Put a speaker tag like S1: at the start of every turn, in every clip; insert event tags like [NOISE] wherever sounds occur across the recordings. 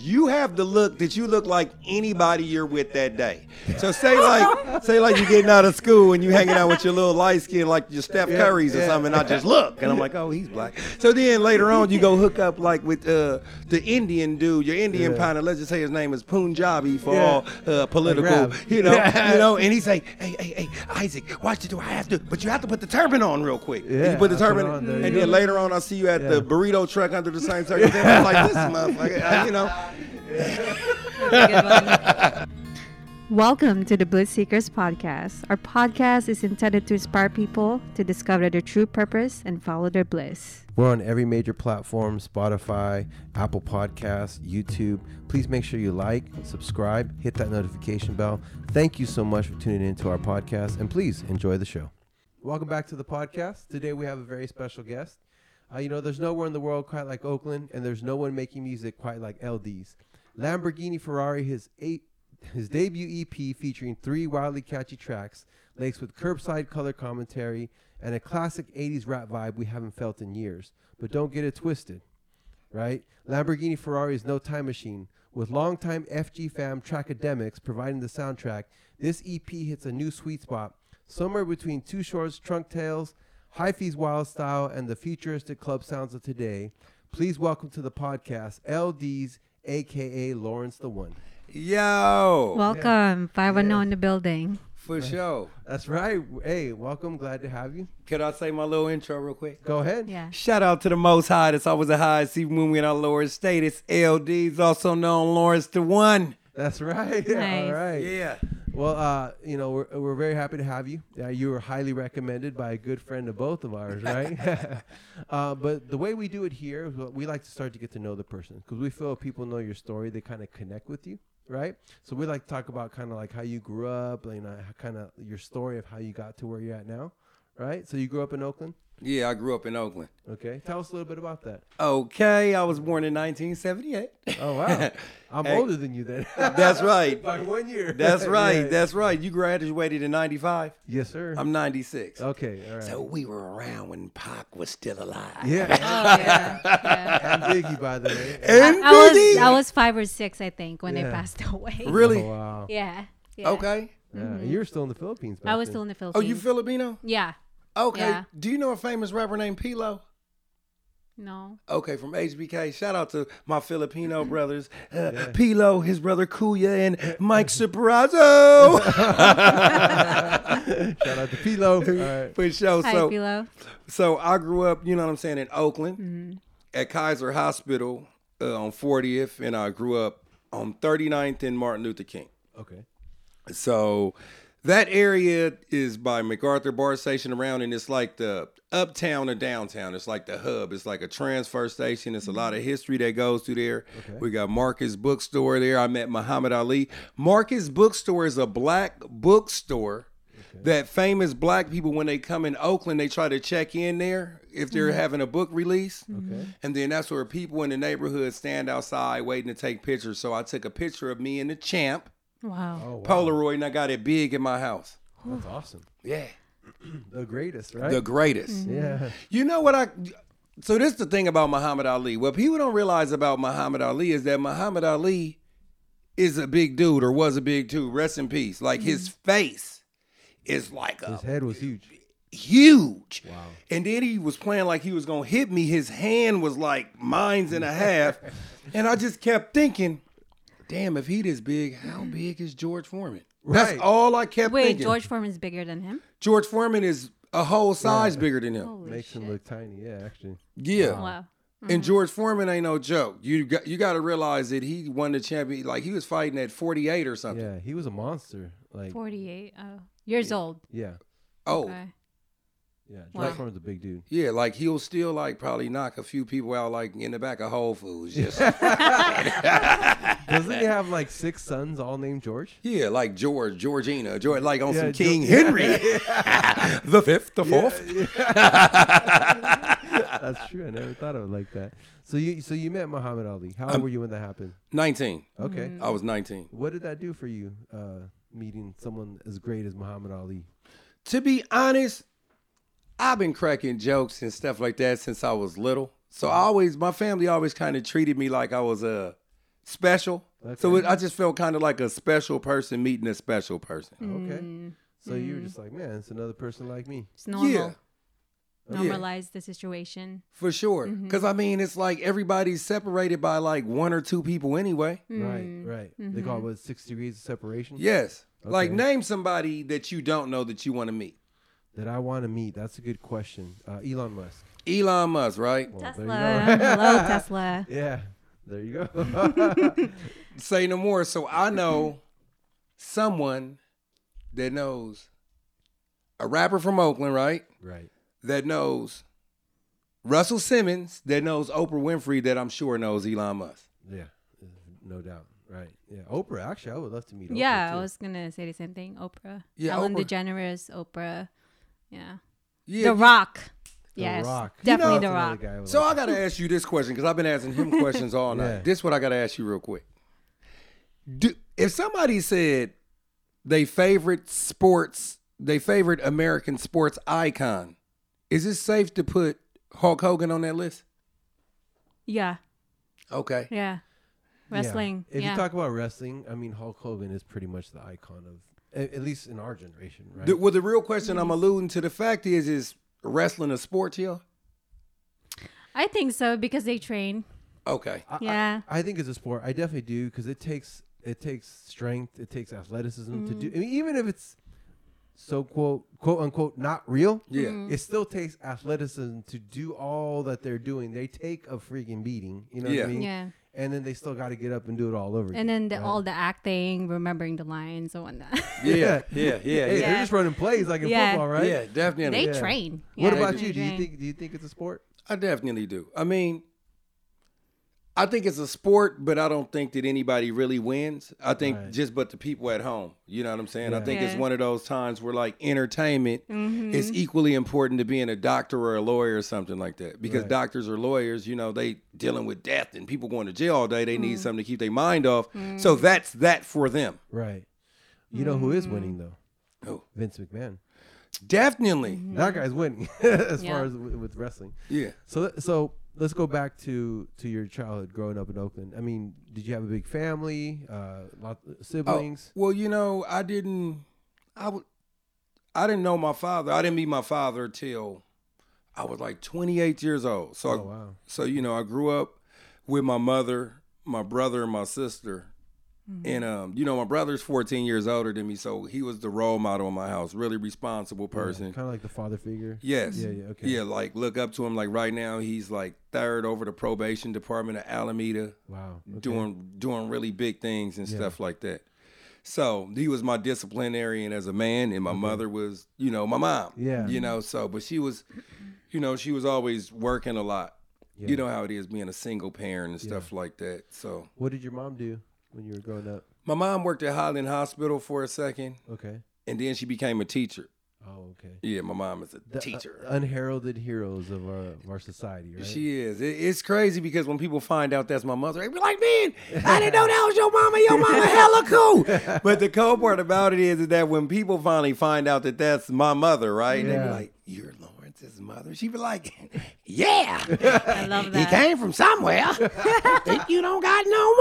S1: you have the look that you look like anybody you're with that day. So
S2: [LAUGHS]
S1: say like say like you're getting out of school and you hanging out with your little light skin like your Steph Curry's or something. And I just look and I'm like, oh, he's black. So then later on you go hook up like with uh, the Indian dude, your Indian partner. Let's just say his name is Punjabi for
S2: Yeah.
S1: all uh, political,
S2: Rab.
S1: you
S2: [LAUGHS]
S1: know, you know. And he say, hey, hey, hey, Isaac, watch the door. I have to, but you have to put the turban on real quick. And
S2: Yeah,
S1: you put the
S2: I put it
S1: turban,
S2: on. There
S1: and
S2: you
S1: then
S2: go.
S1: later on I see you at
S2: Yeah.
S1: the burrito truck under the
S2: [LAUGHS]
S1: same circumstance. I'm like this motherfucker, uh, you know.
S3: [LAUGHS] Welcome to the Bliss Seekers Podcast. Our podcast is intended to inspire people to discover their true purpose and follow their bliss.
S2: We're on every major platform Spotify, Apple Podcasts, YouTube. Please make sure you like, subscribe, hit that notification bell. Thank you so much for tuning in to our podcast, and please enjoy the show. Welcome back to the podcast. Today we have a very special guest. Uh, you know, there's nowhere in the world quite like Oakland, and there's no one making music quite like LD's. Lamborghini Ferrari, his eight, his debut EP featuring three wildly catchy tracks, laced with curbside color commentary and a classic 80s rap vibe we haven't felt in years. But don't get it twisted right? Lamborghini Ferrari is no time machine. With longtime FG fam Trackademics providing the soundtrack, this EP hits a new sweet spot, somewhere between Two Shorts, Trunk Tales, Hyphy's Wild Style, and the futuristic club sounds of today. Please welcome to the podcast LD's, aka Lawrence the One.
S4: Yo,
S3: Welcome, 510 in the building.
S4: for sure.
S2: That's right. Hey, welcome. Glad to have you.
S4: Could I say my little intro real quick?
S2: Go ahead.
S3: Yeah.
S4: Shout out to the Most High. That's always a high. See when we in our lower state. It's LD's, also known Lawrence the One.
S2: That's right. [LAUGHS]
S3: Nice.
S2: All right.
S4: Yeah.
S2: Well, uh, you know, we're, we're very happy to have you. Uh, you were highly recommended by a good friend of both of ours, right? [LAUGHS] uh, but the way we do it here, is what we like to start to get to know the person because we feel if people know your story, they kind of connect with you, right? So we like to talk about kind of like how you grew up, you know, kind of your story of how you got to where you're at now, right? So you grew up in Oakland,
S4: Yeah, I grew up in Oakland.
S2: okay? Tell us a little bit about that.
S4: Okay, I was born in 1978.
S2: Oh wow, I'm
S4: [LAUGHS] Hey.
S2: older than you then
S4: That's right.
S2: [LAUGHS] by one
S3: [LAUGHS]
S2: year.
S4: That's right.
S2: [LAUGHS] Yeah.
S4: That's right. You graduated in 95.
S2: yes, sir.
S4: I'm 96.
S3: Oh.
S2: okay, all right.
S4: So we were around when Pac was still alive. [LAUGHS]
S2: yeah,
S3: Oh, yeah.
S2: and Biggie, by the [LAUGHS] way.
S4: And
S3: I was
S4: Biggie.
S3: I was 5 or 6 I think when
S2: Yeah.
S3: they passed away.
S4: [LAUGHS] really?
S2: Oh, wow.
S3: [LAUGHS] Yeah. yeah.
S4: Okay.
S2: Yeah, you were still in the Philippines. Back
S3: I was
S2: then.
S3: still in the Philippines.
S4: Oh, you Filipino?
S3: Yeah.
S4: Okay.
S3: Yeah.
S4: Do you know a famous rapper named Pilo?
S3: No.
S4: Okay, from HBK. Shout out to my Filipino brothers, uh, Pilo, his brother Kuya, and Mike Superazzo.
S2: Shout out to
S3: [LAUGHS]
S2: Pilo. All right.
S4: For sure.
S3: Hi,
S4: so,
S3: Pilo.
S4: so I grew up, you know what I'm saying, in Oakland at Kaiser Hospital uh, on 40th, and I grew up on 39th and Martin Luther King.
S2: Okay.
S4: So that area is by MacArthur Bar Station around, and it's like the uptown or downtown. It's like the hub. It's like a transfer station. It's a lot of history that goes through there. We got Marcus Bookstore there. I met Muhammad Ali. Marcus Bookstore is a black bookstore. That famous black people, when they come in Oakland, they try to check in there if they're having a book release. Mm-hmm.
S2: Okay.
S4: And then that's where people in the neighborhood stand outside waiting to take pictures. So I took a picture of me and the champ.
S3: Wow.
S2: Oh, wow.
S4: Polaroid and I got it big in my house.
S2: That's awesome.
S4: Yeah.
S2: The greatest, right?
S4: The greatest.
S3: Mm-hmm. [LAUGHS]
S2: yeah.
S4: You know what I so this is the thing about Muhammad Ali. What people don't realize about Muhammad Ali is that Muhammad Ali is a big dude or was a big dude. Rest in peace. Like his
S3: Mm-hmm.
S4: face is like
S2: His
S4: a
S2: head was huge.
S4: huge.
S2: Wow.
S4: And then he was playing like he was gonna hit me. His hand was like mines
S2: [LAUGHS]
S4: and a half. and I just kept thinking, damn, if he this big, how big is George Foreman?
S2: Mm-hmm. Right.
S4: That's all I kept
S3: Wait,
S4: thinking.
S3: George Foreman's bigger than him?
S4: George Foreman is a whole size bigger than
S5: Oh.
S4: him.
S3: Holy
S2: Makes
S3: shit.
S2: him look tiny. Yeah, actually.
S4: Yeah.
S3: Wow.
S4: And George Foreman ain't no joke. You got you got to realize that he won the champion. Like he was fighting at 48 or something.
S2: Yeah, he was a monster. Like,
S3: 48 oh, years old. Uh,
S2: yeah.
S4: Oh,
S3: Okay.
S2: Yeah. George
S3: Wow.
S2: Foreman's a big dude.
S4: yeah. Like he'll still like probably knock a few people out like in the back of Whole Foods.
S2: [LAUGHS]
S4: Just
S2: Doesn't he have like six sons all named [LAUGHS] George?
S4: yeah, like George, Georgina, George, like on
S2: [LAUGHS] Yeah,
S4: some
S2: Geor-
S4: King Henry, [LAUGHS] the fifth, the fourth.
S2: That's true. I never thought of it like that. So you so you met Muhammad Ali. How old were you when that happened?
S4: 19.
S2: Okay.
S3: Mm.
S4: I was 19.
S2: What did that do for you, uh, meeting someone as great as Muhammad Ali?
S4: To be honest, I've been cracking jokes and stuff like that since I was little. So I always, my family always kind of treated me like I was a special. So it, I just felt kind of like a special person meeting a special person.
S2: Okay.
S3: Mm-hmm.
S2: So you were just like, man, it's another person like me.
S3: It's normal.
S4: Yeah.
S2: Oh,
S3: Normalize the situation.
S4: For sure. Because I mean, it's like everybody's separated by like one or two people anyway.
S3: Mm-hmm.
S2: Right, right. They call it what, six degrees of separation.
S4: Yes. Like
S2: Okay.
S4: name somebody that you don't know that you want to meet.
S2: That I want to meet. That's a good question. Uh, Elon Musk.
S4: Elon Musk, right?
S2: Well, Oh, there you
S3: Tesla.
S2: go.
S3: [LAUGHS]
S2: [LAUGHS]
S3: Hello, Tesla.
S2: yeah. There you go.
S4: Say no more. So I know someone that knows a rapper from Oakland, right?
S2: [LAUGHS] right.
S4: That knows Russell Simmons, that knows Oprah Winfrey, that I'm sure knows Elon Musk.
S2: Yeah. Uh, No doubt. Right. Yeah. Oprah. Actually, I would love to meet. Oprah,
S3: Yeah,
S2: too.
S3: I was gonna say the same thing. Oprah.
S4: Yeah,
S3: Ellen
S4: Oprah.
S3: DeGeneres, Oprah. Yeah.
S4: Yeah.
S3: the Rock.
S2: The
S3: yes.
S2: Rock.
S3: Definitely
S2: That's
S3: The
S2: another
S3: Rock.
S2: guy I would
S4: So
S2: like-
S4: I gotta ask you this question because I've been asking him questions all night.
S2: Yeah.
S4: This is what I gotta ask you real quick. Do, if somebody said they favorite sports, they favorite American sports icon, is it safe to put Hulk Hogan on that list?
S3: Yeah.
S4: Okay.
S3: Yeah.
S2: Yeah.
S3: Wrestling. Yeah.
S2: If you talk about wrestling, I mean Hulk Hogan is pretty much the icon of, a- at least in our generation, right?
S4: The- well, the real question I'm alluding to the fact is, is wrestling a sport to you?
S3: I think so because they train.
S4: Okay.
S2: I- I-
S3: Yeah.
S2: I, think it's a sport. I definitely do because it takes it takes strength, it takes athleticism to
S3: Mm-hmm.
S2: do. I mean, even if it's so quote quote unquote not real,
S4: Yeah.
S3: Mm-hmm.
S4: Mhm.
S2: it still takes athleticism to do all that they're doing. They take a freaking beating, you know
S4: Yeah.
S2: what I mean?
S3: Yeah.
S2: And then they still got to get up and do it all over again.
S3: And then the,
S2: right?
S3: all the acting, remembering the lines and whatnot.
S4: Yeah. Yeah. Yeah.
S2: Hey,
S4: Yeah.
S2: they're just running plays like in
S3: Yeah.
S2: football,
S4: Yeah.
S2: right?
S3: [LAUGHS]
S4: definitely.
S3: they
S2: Yeah.
S3: train.
S2: What
S3: Yeah,
S2: about
S3: they
S2: you? Do you
S3: train.
S2: think do you think it's a sport?
S4: I definitely do. I mean, I think it's a sport, but I don't think that anybody really wins. I think
S2: Right.
S4: just but the people at home. You know what I'm saying? I
S2: Yeah.
S4: think it's
S3: Yeah. Mm-hmm.
S4: one of those times where like entertainment is equally important to being a doctor or a lawyer or something like that. Because
S2: Right.
S4: doctors or lawyers, you know, they dealing with death and people going to jail all day. They
S3: Mm-hmm.
S4: need something to keep their mind off. So that's that for them.
S2: Right. You know who is
S3: Mm-hmm.
S2: winning though?
S4: Who?
S2: Vince McMahon.
S4: Definitely.
S2: That guy's winning [LAUGHS] as
S3: Yeah.
S2: far as w- with wrestling.
S4: Yeah.
S2: So th- so let's go back to to your childhood growing up in Oakland. I mean, did you have a big family? Uh, lot siblings?
S4: Well, you know, I didn't. I w- I didn't know my father. I didn't meet my father till I was like 28 years old. So, I-
S2: Oh, wow.
S4: so you know, I grew up with my mother, my brother, and my sister.
S2: Mm-hmm.
S4: And um, you know, my brother's 14 years older than me, so he was the role model in my house. Really responsible person.
S2: kind of like the father figure.
S4: Yes.
S2: Yeah, yeah, okay.
S4: Yeah, like look up to him. Like right now, he's like third over the probation department of Alameda
S2: Wow. okay.
S4: doing doing really big things and
S2: Yeah.
S4: stuff like that. So he was my disciplinarian as a man, and my mother was, you know, my mom.
S2: Yeah.
S4: You know, so but she was, you know, she was always working a lot.
S2: Yeah.
S4: You know how it is being a single parent and stuff like that. So
S2: What did your mom do when you were growing up?
S4: my mom worked at Highland Hospital for a second,
S2: Okay.
S4: and then she became a teacher.
S2: Oh, okay.
S4: Yeah, my mom is a
S2: The, uh,
S4: teacher.
S2: unheralded heroes of our of our society, right?
S4: She is. It, it's crazy because when people find out that's my mother, they be like, "Man, I didn't know that was your mama. Your mama
S2: [LAUGHS]
S4: hella cool." But the cool part about it is, is that when people finally find out that that's my mother, right? They be
S2: Yeah.
S4: like, "You're Lawrence's mother." She be like, "Yeah."
S2: [LAUGHS]
S3: I love
S4: He
S3: that.
S4: came from somewhere. Think you don't got no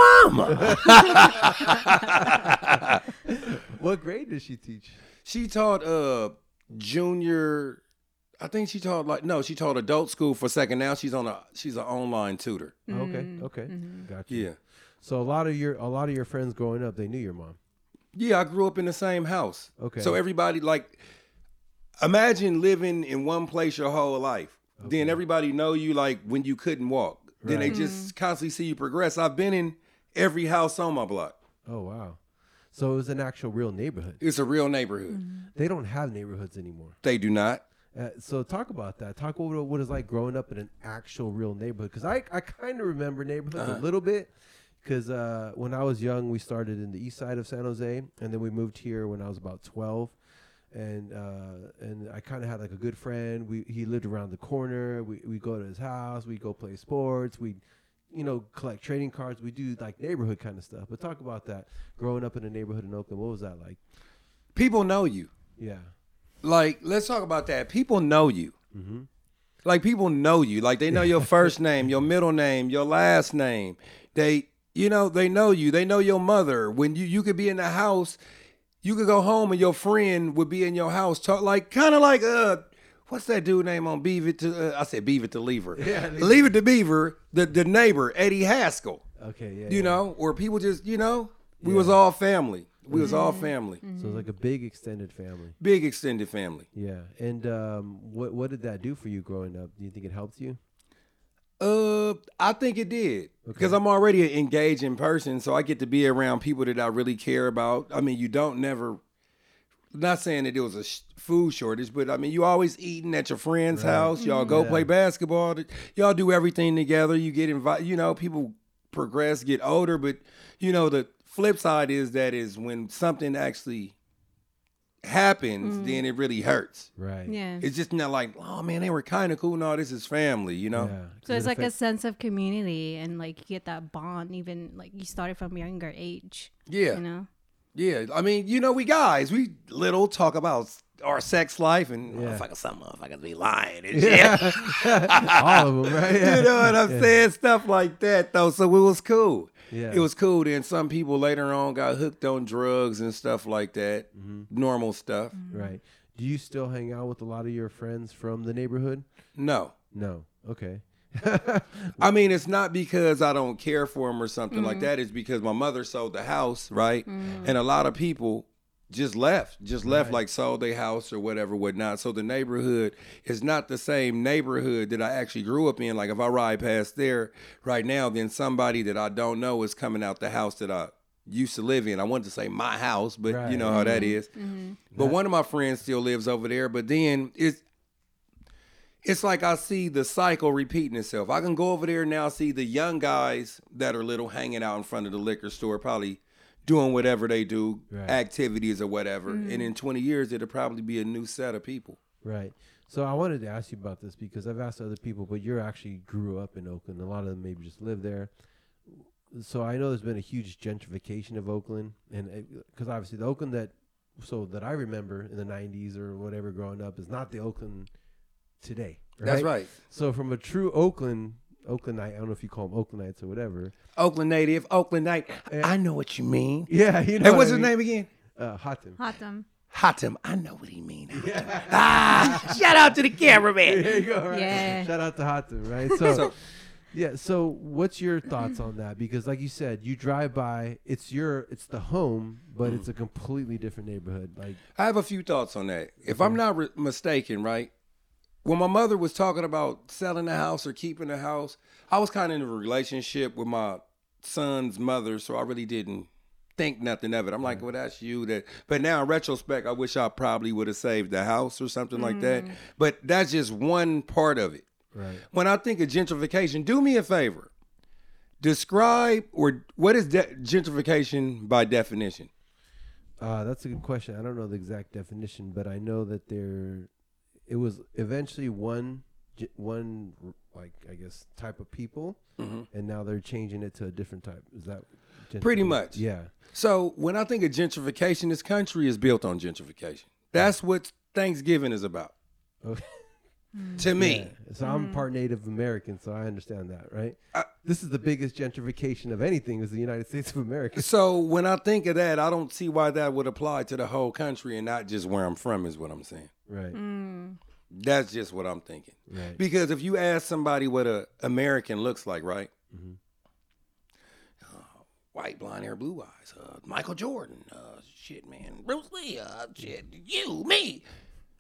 S2: [LAUGHS]
S4: mama.
S2: [LAUGHS] what grade did she teach?
S4: she taught uh junior. I think she taught like no, she taught adult school for a second. Now she's on a she's an online tutor.
S2: okay. Okay. Gotcha.
S4: Yeah.
S2: So a lot of your a lot of your friends growing up, they knew your mom.
S4: Yeah, I grew up in the same house.
S2: Okay.
S4: So everybody like imagine living in one place your whole life. Then everybody know you like when you couldn't walk. Then they
S2: Right.
S4: just constantly see you progress. I've been in every house on my block.
S2: Oh wow. So it was an actual real neighborhood.
S4: It's a real neighborhood.
S2: They don't have neighborhoods anymore.
S4: They do not.
S2: Uh, so talk about that. Talk about what it's like growing up in an actual real neighborhood. Because I, I kind of remember neighborhoods a little bit. Because uh, when I was young, we started in the east side of San Jose, and then we moved here when I was about twelve. And uh, and I kind of had like a good friend. We he lived around the corner. We we go to his house. We go play sports. We, you know, collect trading cards. We do like neighborhood kind of stuff. But talk about that. Growing up in a neighborhood in Oakland, what was that like?
S4: People know you.
S2: Yeah.
S4: Like, let's talk about that. People know you. Like people know you. Like they know your first name, your middle name, your last name. They you know, they know you. They know your mother. When you you could be in the house, you could go home and your friend would be in your house, talk like kind of like uh, what's that dude name on Beaver to? Uh, I said Beaver to Lever. [LAUGHS] Yeah, Lever to Beaver. The the neighbor Eddie Haskell.
S2: Okay, yeah.
S4: You
S2: yeah.
S4: know, or people just you know, we was all family. We was all family.
S2: So it's like a big extended family.
S4: Big extended family.
S2: Yeah. And um, what what did that do for you growing up? Do you think it helped you?
S4: Uh, I think it did because I'm already an engaging person, so I get to be around people that I really care about. I mean, you don't never. Not saying that it was a sh- food shortage, but I mean, you always eating at your friend's house. Y'all go play basketball. th- Y'all do everything together. You get invited. You know, people progress, get older, but you know the flip side is that is when something actually happens, then it really hurts.
S2: Right.
S3: Yeah.
S4: It's just not like, oh man, they were kind of cool. No, this is family. You know.
S2: Yeah.
S3: So it's like a sense of community and like you get that bond even like you started from younger age.
S4: Yeah.
S3: You know?
S4: Yeah, I mean, you know, we guys, we little talk about s- our sex life and
S2: Yeah.
S4: motherfucker, some motherfuckers be lying
S2: [LAUGHS]
S4: and shit.
S2: all of them, [LAUGHS] right? Yeah.
S4: you know what I'm saying? Stuff like that, though. So it was cool.
S2: Yeah.
S4: It was cool. Then some people later on got hooked on drugs and stuff like that,
S2: Mm-hmm.
S4: normal stuff.
S2: Right. Do you still hang out with a lot of your friends from the neighborhood?
S4: No.
S2: No. Okay. [LAUGHS]
S4: I mean, it's not because I don't care for him or something like that. It's because my mother sold the house,
S5: Mm-hmm.
S4: right? And a lot of people just left, just left, like sold their house or whatever, whatnot. So the neighborhood is not the same neighborhood that I actually grew up in. Like if I ride past there right now, then somebody that I don't know is coming out the house that I used to live in. I wanted to say my house, but you
S2: Right.
S4: know how that is.
S3: Mm-hmm.
S4: But one of my friends still lives over there. But then it's it's like I see the cycle repeating itself. I can go over there now, see the young guys that are little hanging out in front of the liquor store, probably doing whatever they do,
S2: Right.
S4: activities or whatever. And in 20 years, it'll probably be a new set of people.
S2: Right. So I wanted to ask you about this because I've asked other people, but you actually grew up in Oakland. A lot of them maybe just live there. So I know there's been a huge gentrification of Oakland, and because obviously the Oakland that so that I remember in the '90s or whatever growing up is not the Oakland today.
S4: That's right.
S2: So from a true Oakland Oaklandite, I don't know if you call them Oaklandites or whatever.
S4: Oakland native, Oaklandite. I know what you mean.
S2: Yeah, you know.
S4: Hey,
S2: what
S4: what's
S2: I
S4: his
S2: mean?
S4: name again?
S2: Uh, Hotten.
S3: Hatam.
S4: Hatem. I know what he mean. Ah, shout out to the cameraman.
S2: [LAUGHS] There you go. Right?
S3: Yeah.
S2: Shout out to Hatu, right? So, yeah. So, what's your thoughts on that? Because, like you said, you drive by, it's your, it's the home, but it's a completely different neighborhood. Like,
S4: I have a few thoughts on that. If I'm not re- mistaken, right? When my mother was talking about selling the house or keeping the house, I was kind of in a relationship with my son's mother, so I really didn't think nothing of it. I'm like, well, that's you. That, but now in retrospect, I wish I probably would have saved the house or something like that. But that's just one part of it.
S2: right?
S4: When I think of gentrification, do me a favor. Describe or what is de- gentrification by definition?
S2: Uh, that's a good question. I don't know the exact definition, but I know that there, it was eventually one, ge- one like I guess type of people, and now they're changing it to a different type. Is that
S4: Mm-hmm. Pretty
S2: gentrification?
S4: much.
S2: Yeah.
S4: So when I think of gentrification, this country is built on gentrification. That's what Thanksgiving is about.
S2: Okay.
S4: To me,
S2: So I'm part Native American, so I understand that, right? this is the biggest gentrification of anything is the United States of America. [LAUGHS]
S4: so when I think of that, I don't see why that would apply to the whole country and not just where I'm from. Is what I'm saying.
S2: Right.
S3: Mm-hmm.
S4: That's just what I'm thinking.
S2: Right.
S4: Because if you ask somebody what a American looks like, right? Uh, white, blonde hair, blue eyes. Uh, Michael Jordan. Uh, shit, man. Bruce Lee. Uh, shit, you, me.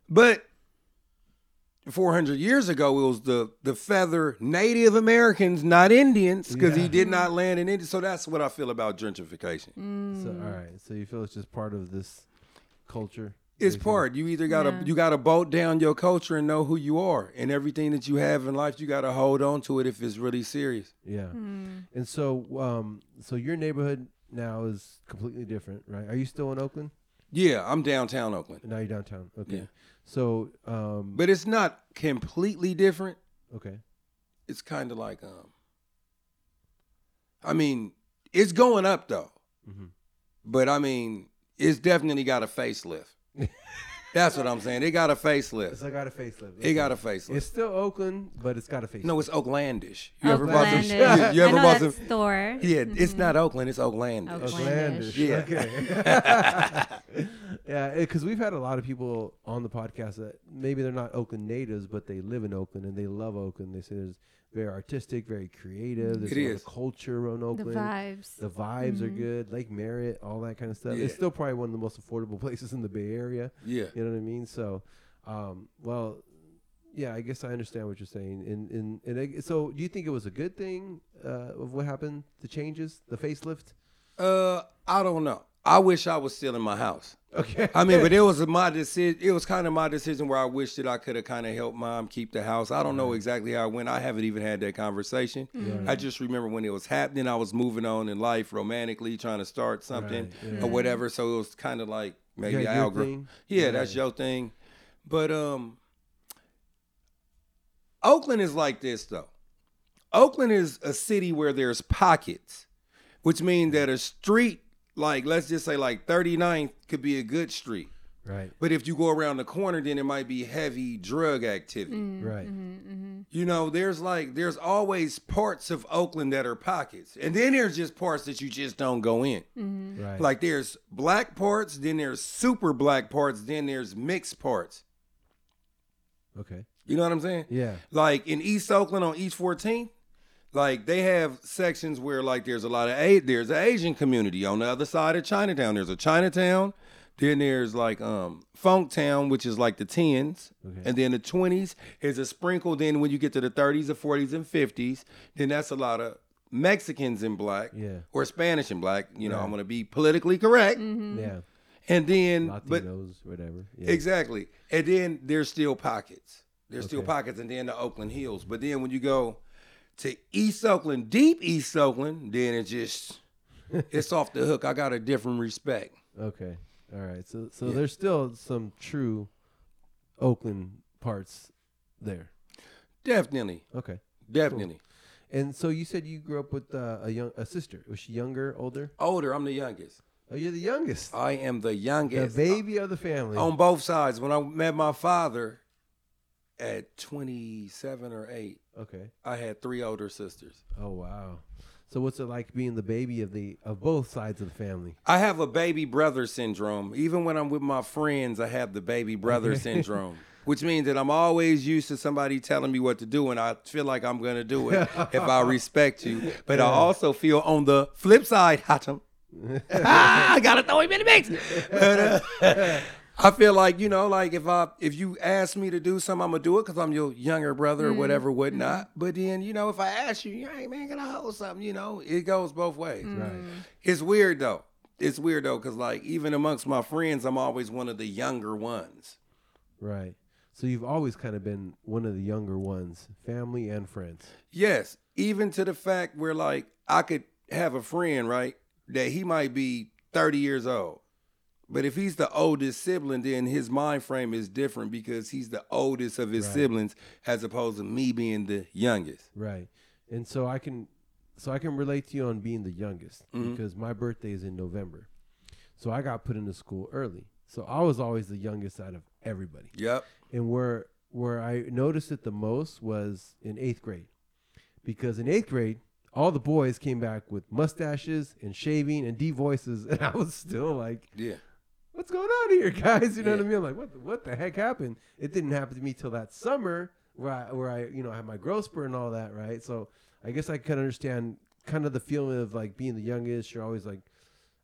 S4: But 400 years ago, it was the the feather Native Americans, not Indians, because
S2: Yeah.
S4: he did not land in India. So that's what I feel about gentrification.
S2: So all right. So you feel it's just part of this culture.
S4: It's part. You either gotta you gotta bolt down your culture and know who you are, and everything that you have in life, you gotta hold on to it if it's really serious.
S2: Yeah. And so um so your neighborhood now is completely different, right? Are you still in Oakland?
S4: Yeah, I'm downtown Oakland,
S2: Now you're downtown. Okay.
S4: Yeah.
S2: So um
S4: but it's not completely different.
S2: okay.
S4: It's kind of like um, I mean, it's going
S2: Mm-hmm.
S4: up though, but I mean, it's definitely got a facelift. That's what I'm saying. It got a facelift.
S2: I got a facelift.
S4: It got a facelift.
S2: It's still Oakland, but it's got a facelift.
S4: No, it's Oaklandish. You ever bought some?
S3: Oaklandish.
S4: You, you
S3: Oh, I
S4: ever
S3: know
S4: bought
S3: that
S4: some?
S3: store.
S4: Yeah, it's not Oakland. It's Oaklandish.
S3: Oakland.
S2: Outlandish.
S4: Yeah. [LAUGHS]
S2: Okay. [LAUGHS] yeah, because we've had a lot of people on the podcast that maybe they're not Oakland natives, but they live in Oakland and they love Oakland. They say it's very artistic, very creative. There's
S4: It
S2: a lot
S4: is.
S2: of culture on
S3: The
S2: Oakland.
S3: vibes. Mm-hmm.
S2: The vibes are good, Lake Merritt, all that kind of stuff.
S4: Yeah.
S2: It's still probably one of the most affordable [LAUGHS] places in the Bay Area.
S4: Yeah.
S2: You know what I mean? So, um, well, yeah, I guess I understand what you're saying. And and, and I, so, do you think it was a good thing uh, of what happened? The changes, the facelift.
S4: Uh, I don't know. I wish I was still in my house.
S2: Okay.
S4: I mean, but it was my decision. It was kind of my decision where I wish that I could have kind of helped mom keep the house. I don't know exactly how it went. I haven't even had that conversation. I just remember when it was happening, I was moving on in life romantically, trying to start something
S2: Right,
S4: or whatever. So it was kind of like maybe
S2: got
S4: I
S2: your
S4: outgrew.
S2: thing?
S4: Yeah, that's your thing. But um, Oakland is like this though. Oakland is a city where there's pockets which means that a street like let's just say like 39th could be a good street
S2: Right.
S4: but if you go around the corner then it might be heavy drug activity
S2: Right.
S4: you know there's like there's always parts of oakland that are pockets and then there's just parts that you just don't go in
S2: Right.
S4: like there's black parts then there's super black parts then there's mixed parts
S2: okay.
S4: you know what i'm saying
S2: Yeah.
S4: like in East Oakland on East 14th, like they have sections where like there's a lot of a- there's an Asian community on the other side of Chinatown. There's a Chinatown, then there's like um Funktown, which is like the tens,
S2: Okay.
S4: and then the twenties is a sprinkle. Then when you get to the thirties, the forties, and fifties, then that's a lot of Mexicans and black,
S2: Yeah.
S4: or Spanish and black. You know, I'm gonna be politically correct,
S2: Yeah.
S4: and then Mm-hmm. but
S2: Latinos, whatever. Yeah.
S4: Exactly. And then there's still pockets. There's still
S2: Okay.
S4: pockets, and then the Oakland Hills. But then when you go to East Oakland, deep East Oakland, then it
S2: [LAUGHS]
S4: just it's off the hook. I got a different respect.
S2: okay. All right. So so there's still some true Oakland parts there.
S4: Definitely.
S2: Okay.
S4: Definitely.
S2: And so you said you grew up with uh, a young a sister. Was she younger, older?
S4: Older, I'm the youngest.
S2: Oh, you're the youngest.
S4: I am the
S2: The
S4: youngest.
S2: baby of the family.
S4: On both sides. When I met my father at twenty seven or eight,
S2: Okay.
S4: I had three older sisters.
S2: Oh wow. So what's it like being the baby of the of both sides of the family?
S4: I have a baby brother syndrome. Even when I'm with my friends, I have the baby brother syndrome, which means that I'm always used to somebody telling me what to do, and I feel like I'm gonna do it if I respect you. But I also feel on the flip side, [LAUGHS] Hatem, ah, I gotta throw him in the mix. But, uh, I feel like you know, like if I if you ask me to do something, I'm gonna do it because I'm your younger brother or whatever, whatnot. But then you know, if I ask you, hey man, can I hold something? You know, it goes both ways.
S2: Right.
S4: It's weird though. It's weird though, cause like even amongst my friends, I'm always one of the younger ones.
S2: Right. So you've always kind of been one of the younger ones, family and friends.
S4: Yes, even to the fact where like I could have a friend, right, that he might be 30 years old, but if he's the oldest sibling, then his mind frame is different because he's the oldest of his siblings, as opposed to me being the youngest.
S2: Right. And so I can so I can relate to you on being the youngest because my birthday is in November. So I got put into school early. So I was always the youngest out of everybody.
S4: Yep.
S2: And where where I noticed it the most was in 8th grade. Because in 8th grade, all the boys came back with mustaches and shaving and D voices [LAUGHS] and I was still like
S4: Yeah.
S2: what's going on here, [LAUGHS] guys? You know what I
S4: Yeah.
S2: mean? I'm like, what the, what the heck happened? It didn't happen to me till that summer where I, where I, you know, had my growth spurt and all that, right? So I guess I could understand kind of the feeling of like being the youngest. You're always like,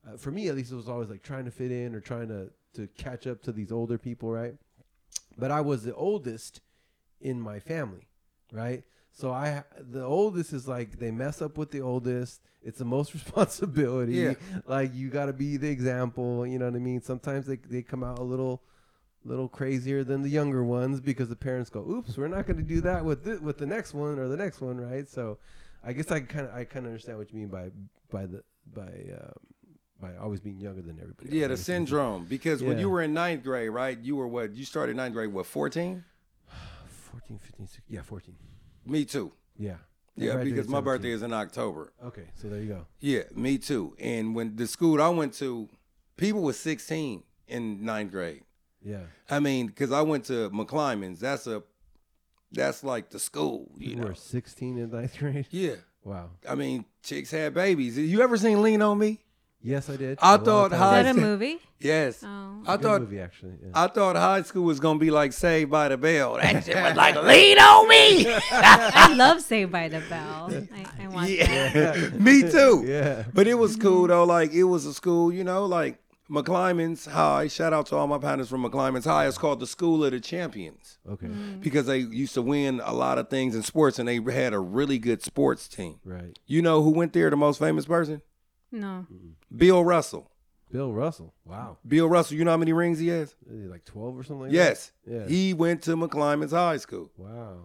S2: uh, for me at least, it was always like trying to fit in or trying to to catch up to these older people, right? But I was the oldest in my family, right? So I the oldest is like they mess up with the oldest. It's the most [LAUGHS] responsibility.
S4: Yeah.
S2: Like you got to be the example, you know what I mean? Sometimes they they come out a little little crazier than the younger ones because the parents go, "Oops, we're not going to do that with the, with the next one or the next one," right? So I guess I kind of I kind of understand what you mean by by the by um, by always being younger than everybody. else.
S4: Yeah, the syndrome. Because when
S2: Yeah.
S4: you were in ninth grade, right, you were what? You started ninth grade, what, 14?
S2: 14, 15, 16, yeah, 14.
S4: Me too.
S2: Yeah. I
S4: Yeah,
S2: graduated
S4: because my
S2: 17.
S4: birthday is in October.
S2: Okay, so there you go.
S4: Yeah, me too. And when the school I went to, people was 16 in ninth grade.
S2: Yeah.
S4: I mean, because I went to McClyman's. That's a, that's like the school. You
S2: You
S4: know.
S2: were 16 in ninth
S3: [LAUGHS]
S2: grade.
S4: Yeah.
S2: Wow.
S4: I mean, chicks had babies. You ever seen Lean on Me?
S2: Yes, I did.
S4: I
S2: A long
S4: thought
S2: time
S4: high-
S2: ago.
S3: Is that a movie?
S4: Yes.
S3: Oh.
S4: I
S2: Good
S4: thought
S2: movie actually. Yeah.
S4: I thought high school was gonna be like Saved by the Bell. That shit was
S2: [LAUGHS]
S4: like
S1: Lean on me.
S3: I love Saved by the Bell. I, I want that.
S4: yeah, [LAUGHS] me too. [LAUGHS]
S2: Yeah.
S4: But it was cool though. Like it was a school, you know, like McClyman's High. Shout out to all my partners from McClyman's High. It's called the School of the Champions
S2: Okay.
S3: Mm-hmm.
S4: because they used to win a lot of things in sports, and they had a really good sports team.
S2: Right.
S4: You know who went there? The most famous person,
S3: No.
S4: Bill Russell.
S2: Bill Russell. Wow.
S4: Bill Russell. You know how many rings he has?
S2: Is he Like 12 or something like that?
S4: Yes.
S2: Yeah.
S4: He went to McClyman's High School.
S2: Wow.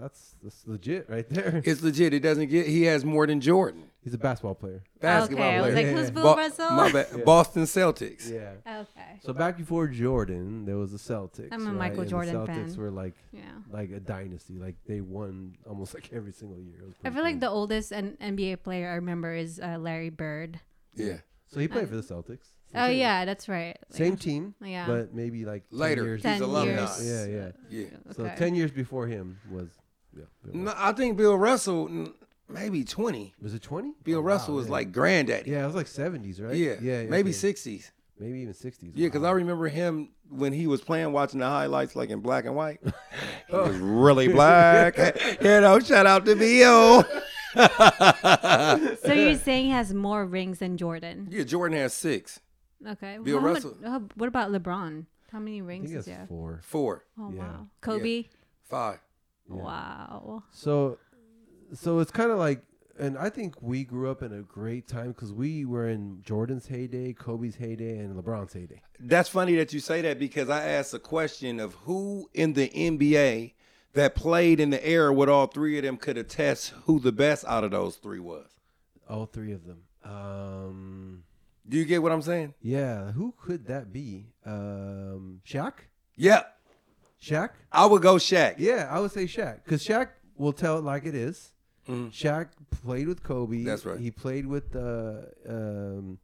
S2: That's, that's legit right there.
S4: It's legit. It doesn't get. He has more than Jordan.
S2: [LAUGHS] He's a basketball player.
S4: Basketball
S3: okay, I was
S4: player.
S3: like, who's Bill
S4: Bo-
S3: Russell?
S4: my
S3: [LAUGHS]
S4: bad. Boston Celtics.
S2: Yeah.
S3: Okay.
S2: So back before Jordan, there was the Celtics.
S3: I'm a
S2: right?
S3: Michael
S2: And
S3: Jordan
S2: the Celtics
S3: fan.
S2: were like
S3: Yeah.
S2: like a dynasty. Like they won almost like every single year. It was
S3: I
S2: pretty
S3: feel like
S2: cool.
S3: the oldest N- NBA player I remember is uh, Larry Bird.
S4: Yeah.
S2: so he played for the Celtics.
S3: Oh yeah, that's right. Like,
S2: Same team,
S3: Yeah.
S2: but maybe like 10
S4: Later,
S2: years-
S4: he's
S3: 10
S4: alumni.
S3: years.
S2: Yeah, yeah.
S4: Yeah.
S2: So
S3: okay.
S2: ten years before him was yeah. Bill Russell.
S4: No, I think Bill Russell, mm, maybe twenty.
S2: Was it twenty?
S4: Bill
S2: Oh, wow,
S4: Russell was
S2: yeah.
S4: like granddaddy.
S2: yeah, it was like seventies, right?
S4: Yeah.
S2: yeah,
S4: Maybe
S2: okay.
S4: sixties.
S2: maybe even sixties.
S4: Yeah, because I remember him when he was playing, watching the highlights like in black and
S2: [LAUGHS]
S4: white. He
S2: Oh.
S4: was really black. you know, shout out to Bill.
S3: So you're saying he has more rings than Jordan?
S4: Yeah, Jordan has six,
S3: Okay.
S4: Bill
S3: How mu-
S4: Russell.
S3: how- what about LeBron? How many
S2: I
S3: rings
S2: think
S3: is
S2: it's
S3: he? have?
S2: four.
S4: four,
S3: Oh
S2: Yeah.
S3: wow. Kobe.
S4: five.
S3: Wow.
S2: So, so it's kind of like, and I think we grew up in a great time because we were in Jordan's heyday, Kobe's heyday, and LeBron's heyday.
S4: That's funny that you say that because I asked a question of who in the NBA that played in the era with all three of them could attest who the best out of those three was.
S2: All three of them. Um,
S4: Do you get what I'm saying?
S2: yeah, who could that be? Um, Shaq.
S4: Yeah.
S2: Shaq.
S4: I would go Shaq.
S2: Yeah, I would say Shaq because Shaq will tell it like it is. Shaq played with Kobe.
S4: Mm-hmm. That's right.
S2: He played with uh, um,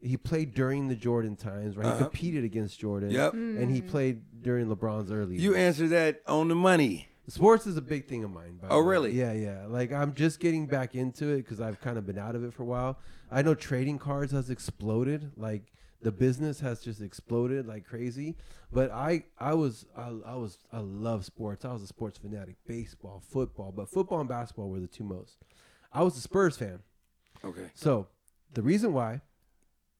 S2: he played during the Jordan times, right? He competed against Jordan.
S4: Uh-huh. Yep.
S2: And he played during LeBron's early.
S4: You
S2: years.
S4: answer that on the money.
S2: Sports is a big thing of mine. By the
S4: Oh,
S2: way.
S4: really?
S2: Yeah, yeah. Like I'm just getting back into it because I've kind of been out of it for a while. I know trading cards has exploded. Like the business has just exploded like crazy. But I, I was, I, I was, I love sports. I was a sports fanatic. Baseball, football, but football and basketball were the two most. I was a Spurs fan.
S4: Okay.
S2: So the reason why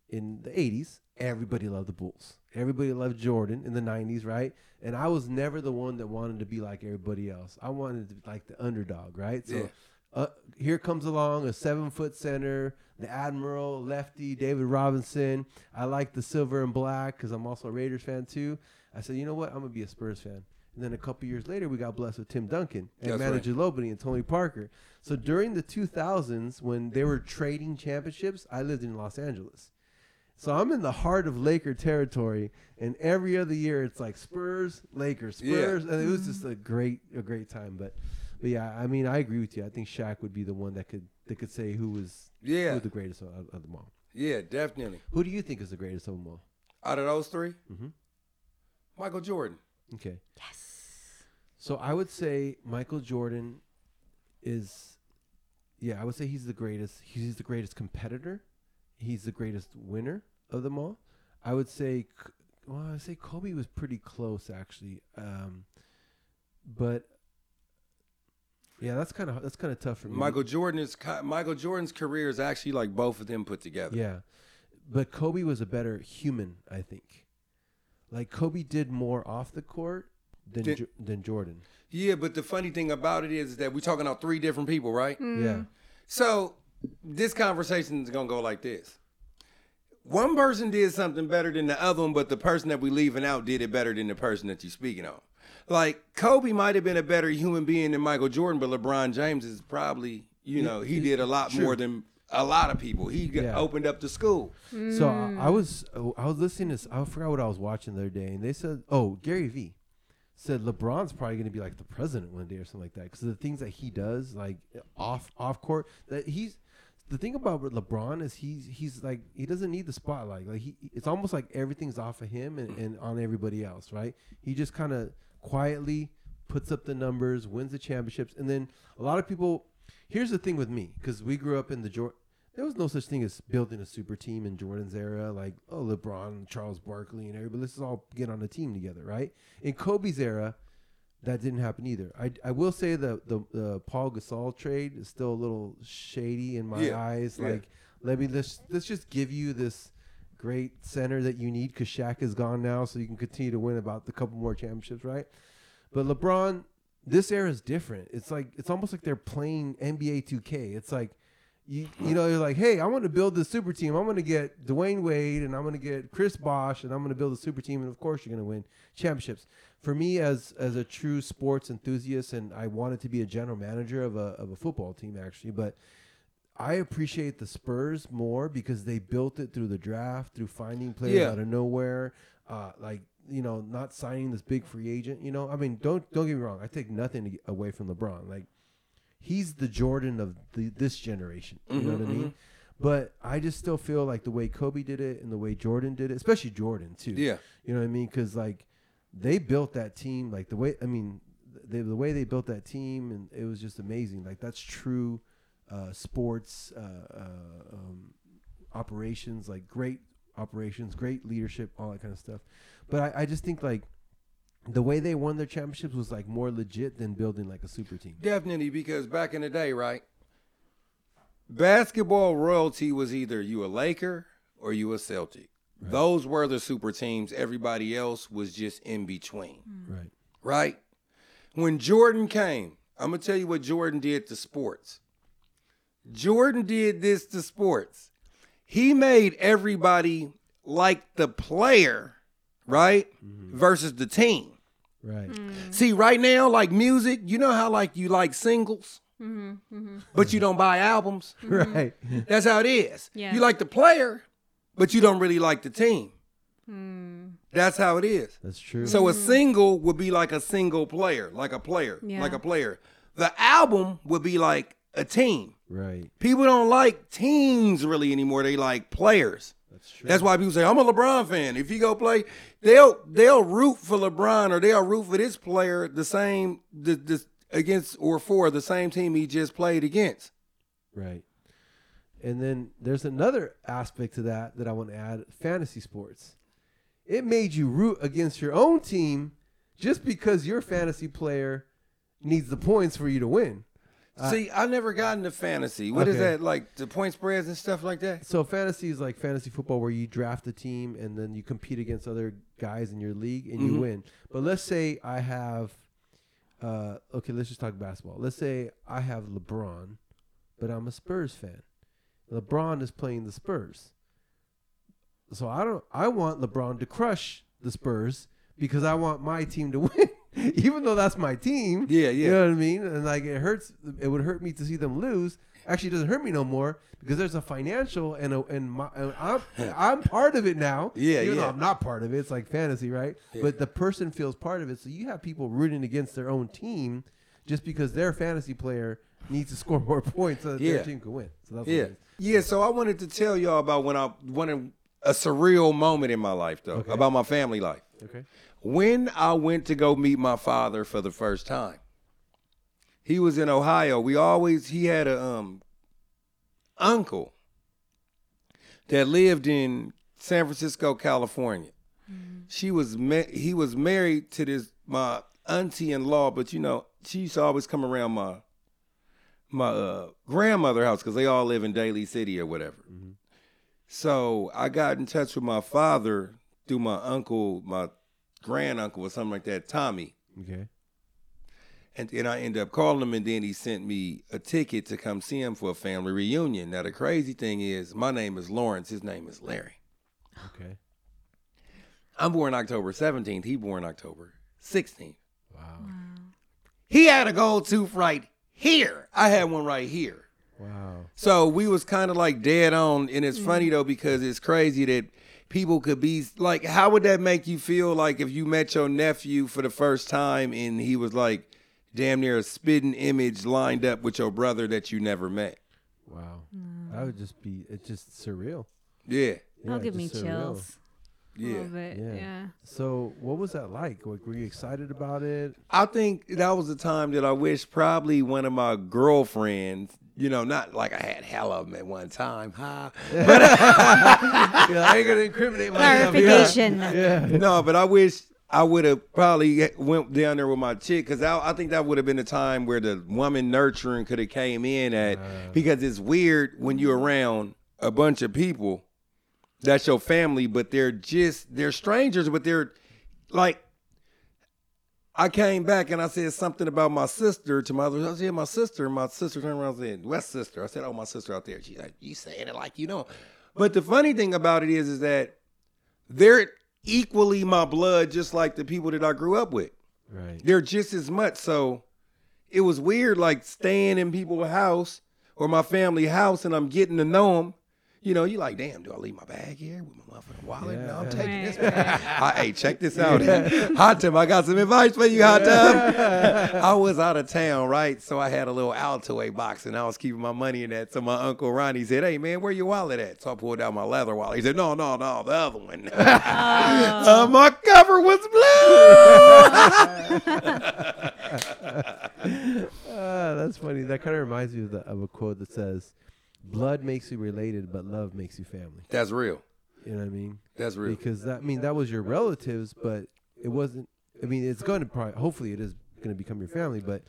S2: in the 80s, everybody loved the Bulls. Everybody loved Jordan in the 90s, right? And I was never the one that wanted to be like everybody else. I wanted to be like the underdog, right? So
S4: Yeah.
S2: uh, here comes along a seven foot center, the Admiral, Lefty, David Robinson. I like the silver and black because I'm also a Raiders fan too. I said, you know what? I'm going to be a Spurs fan. And then a couple years later, we got blessed with Tim Duncan and
S4: That's
S2: Manu
S4: right.
S2: Ginobili and Tony Parker. So during the 2000s, when they were trading championships, I lived in Los Angeles. So I'm in the heart of Laker territory, and every other year it's like Spurs, Lakers,
S4: Yeah.
S2: Spurs, and it was just a great, a great time. But, but yeah, I mean, I agree with you. I think Shaq would be the one that could that could say who was who
S4: Yeah.
S2: was the greatest of, of them all.
S4: Yeah, definitely.
S2: Who do you think is the greatest of them all?
S4: Out of those 3
S2: Mhm.
S4: Michael Jordan.
S2: Okay. Yes. So I would say Michael Jordan is, yeah, I would say he's the greatest. He's the greatest competitor. He's the greatest winner of them all. I would say, K- well, I would say Kobe was pretty close actually, um, but yeah, that's kind of that's kind of tough for me.
S4: Michael Jordan is ki- Michael Jordan's career is actually like both of them put together.
S2: Yeah. But Kobe was a better human, I think. Like Kobe did more off the court than
S4: Did-
S2: jo- than Jordan.
S4: Yeah, but the funny thing about it is that we're talking about three different people, right?
S2: Yeah.
S4: So this conversation is gonna go like this. One person did something better than the other one, but the person that we leaving out did it better than the person that you're speaking on. Like Kobe might have been a better human being than Michael Jordan, but LeBron James is probably, you know, he did a lot more than a lot of people. He got-
S2: Yeah.
S4: opened up the school.
S2: So I, I was oh, I was listening to s- I forgot what I was watching the other day, and they said, "Oh, Gary Vee said LeBron's probably going to be like the president one day or something like that because the things that he does, like off off court, that he's the thing about LeBron is he's he's like he doesn't need the spotlight. Like he, it's almost like everything's off of him and, and on everybody else, right? He just kind of quietly puts up the numbers, wins the championships, and then a lot of people. Here's the thing with me, because we grew up in the Jordan. There was no such thing as building a super team in Jordan's era, like oh LeBron, Charles Barkley, and everybody. Let's all get on a team together, right? In Kobe's era, that didn't happen either. I, I will say the, the the Paul Gasol trade is still a little shady in my
S4: Yeah,
S2: eyes.
S4: yeah.
S2: Like let me let's let's just give you this great center that you need because Shaq is gone now, so you can continue to win about the couple more championships, right? But LeBron, this era is different. It's like it's almost like they're playing NBA 2K. It's like you you know you're like, hey, I want to build this super team. I'm going to get Dwayne Wade and I'm going to get Chris Bosh and I'm going to build a super team. And of course, you're going to win championships. For me, as as a true sports enthusiast, and I wanted to be a general manager of a of a football team actually, but I appreciate the Spurs more because they built it through the draft, through finding players
S4: Yeah.
S2: out of nowhere, uh, like you know, not signing this big free agent. You know, I mean, don't don't get me wrong. I take nothing to get away from LeBron. Like he's the Jordan of the, this generation. You know what I mean? But I just still feel like the way Kobe did it and the way Jordan did it, especially Jordan too.
S4: Yeah.
S2: you know what I mean? Because like they built that team, like the way I mean, the, the way they built that team, and it was just amazing. Like that's true uh, sports uh, uh, um, operations, like great operations, great leadership, all that kind of stuff. But I, I just think like the way they won their championships was like more legit than building like a super team.
S4: Definitely, because back in the day, right? Basketball royalty was either you a Laker or you a Celtic. Those were the super teams. Everybody else was just in between,
S2: Right.
S4: right? When Jordan came, I'm going to tell you what Jordan did to sports. Jordan did this to sports. He made everybody like the player, right? Versus the team.
S2: Right. [LAUGHS]
S4: See, right now, like music, you know how like you like singles,
S3: Mm-hmm,
S4: but you don't buy albums.
S2: Right.
S4: That's how it is.
S3: [LAUGHS] Yeah.
S4: You like the player, but you don't really like the team.
S3: Hmm.
S4: That's how it is.
S2: That's true.
S4: So a single would be like a single player, like a player,
S3: Mm-hmm. Yeah.
S4: like a player. The album would be like a team.
S2: right.
S4: People don't like teams really anymore. They like players.
S2: That's true.
S4: That's why people say I'm a LeBron fan. If you go play, they'll they'll root for LeBron or they'll root for this player the same the, the against or for the same team he just played against.
S2: right. And then there's another aspect to that that I want to add fantasy sports. It made you root against your own team just because your fantasy player needs the points for you to win.
S4: See, I never got into fantasy. What is
S2: Uh, Okay.
S4: that like? The point spreads and stuff like that.
S2: So fantasy is like fantasy football where you draft a team and then you compete against other guys in your league and you win. But let's say I have uh, okay, let's just talk basketball. Let's say I have LeBron, but I'm a Spurs fan. LeBron is playing the Spurs. So I don't I want LeBron to crush the Spurs because I want my team to [LAUGHS] win. Even though that's my team.
S4: Yeah, yeah.
S2: You know what I mean? And like it hurts it would hurt me to see them lose. Actually it doesn't hurt me no more because there's a financial and a, and my and
S4: [LAUGHS]
S2: I'm I'm part of it now.
S4: Yeah,
S2: Even though
S4: yeah.
S2: I'm not part of it. It's like fantasy, right? But the person feels part of it. So you have people rooting against their own team just because their fantasy player needs to [LAUGHS] score more points so that
S4: Yeah.
S2: their team can win. So that's
S4: Yeah,
S2: what it is.
S4: yeah. So I wanted to tell y'all about when I wanted a surreal moment in my life though
S2: Okay.
S4: about my family life.
S2: Okay.
S4: When I went to go meet my father for the first time, he was in Ohio. We always he had a um uncle that lived in San Francisco, California. She was ma- he was married to this my auntie in law, but you know she used to always come around my my uh, grandmother house because they all live in Daly City or whatever. So I got in touch with my father through my uncle, my granduncle or something like that, Tommy.
S2: Okay.
S4: And and I ended up calling him, and then he sent me a ticket to come see him for a family reunion. Now the crazy thing is, my name is Lawrence. His name is Larry.
S2: Okay.
S4: I'm born October 17th. He born October 16th.
S2: Wow.
S4: He had a gold tooth right here. I had one right here.
S2: Wow.
S4: So we was kind of like dead on, and it's funny though because it's crazy that people could be like, how would that make you feel like if you met your nephew for the first time and he was like damn near a spitting image lined up with your brother that you never met?
S2: Wow. I would just be. It's just surreal.
S4: Yeah.
S2: Yeah,
S3: That'll give me
S2: just surreal.
S3: chills. A
S4: Yeah.
S5: Um,
S3: little bit.
S2: Yeah.
S3: Yeah.
S2: [LAUGHS] So what was that like? Like, were you excited about it?
S4: I think that was a time that I wish probably one of my girlfriends, you know, not like I had hell of them at one time, [LAUGHS] huh?
S2: I ain't gonna incriminate
S3: Clarification.
S4: [LAUGHS] no, but I wish I would have probably went down there with my chick because I, I think that would have been a time where the woman nurturing could have came in at because it's weird when you're around a bunch of people that's your family, but they're just they're strangers, but they're like. I came back and I said something about my sister to my other. I said my sister. My sister turned around and said, "West sister." I said, "Oh, my sister out there." She's like, "You saying it like you know." But the funny thing about it is, is that they're equally my blood, just like the people that I grew up with.
S2: Right.
S4: They're just as much. So it was weird, like staying in people's house or my family house, and I'm getting to know them. You know, you like, damn, do I leave my bag here with my motherfucking wallet? No, I'm
S2: Yeah.
S4: taking
S3: Right,
S4: this.
S3: right.
S4: I, hey, check this out. Hot Tub, I got some advice for you, Hot Tub. I was out of town, right? So I had a little Altoa box and I was keeping my money in that. So my uncle Ronnie said, hey, man, where your wallet at? So I pulled out my leather wallet. He said, no, no, no, the other one. [LAUGHS] Uh, my cover was blue. [LAUGHS]
S2: Ah, that's funny. That kind of reminds me of, the, of a quote that says, "Blood makes you related, but love makes you family."
S4: That's real.
S2: You know what I mean?
S4: That's real.
S2: Because that I mean that was your relatives, but it wasn't. I mean, it's going to probably. Hopefully, it is going to become your family, but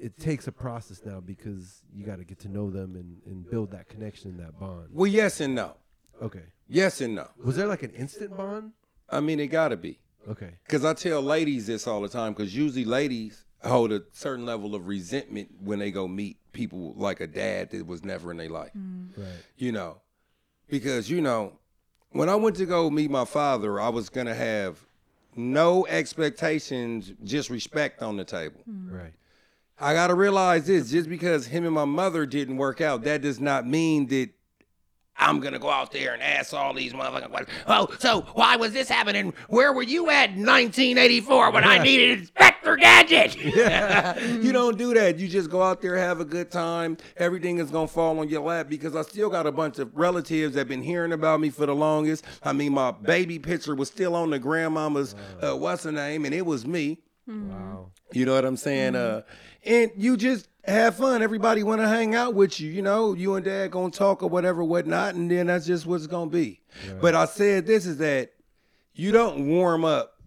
S2: it takes a process now because you got to get to know them and, and build that connection, that bond.
S4: Well, yes and no.
S2: Okay.
S4: Yes and no.
S2: Was there like an instant bond?
S4: I mean, it gotta be.
S2: Okay.
S4: Because I tell ladies this all the time, because usually ladies hold a certain level of resentment when they go meet people like a dad that was never in their life,
S2: Right.
S4: you know. Because, you know, when I went to go meet my father, I was going to have no expectations, just respect on the table.
S2: Right.
S4: I got to realize this just because him and my mother didn't work out, that does not mean that I'm going to go out there and ask all these motherfucking questions. Oh, so why was this happening? Where were you at in 1984 when I needed Inspector Gadget? you don't do that. You just go out there, have a good time. Everything is going to fall on your lap because I still got a bunch of relatives that been hearing about me for the longest. I mean, my baby picture was still on the grandmama's, uh, what's her name? And it was me.
S3: Mm-hmm.
S2: Wow.
S4: You know what I'm saying?
S2: Mm-hmm.
S4: Uh, and you just have fun. Everybody want to hang out with you. You know, you and Dad gonna talk or whatever, whatnot, and then that's just what's gonna be. But I said this is that you don't warm up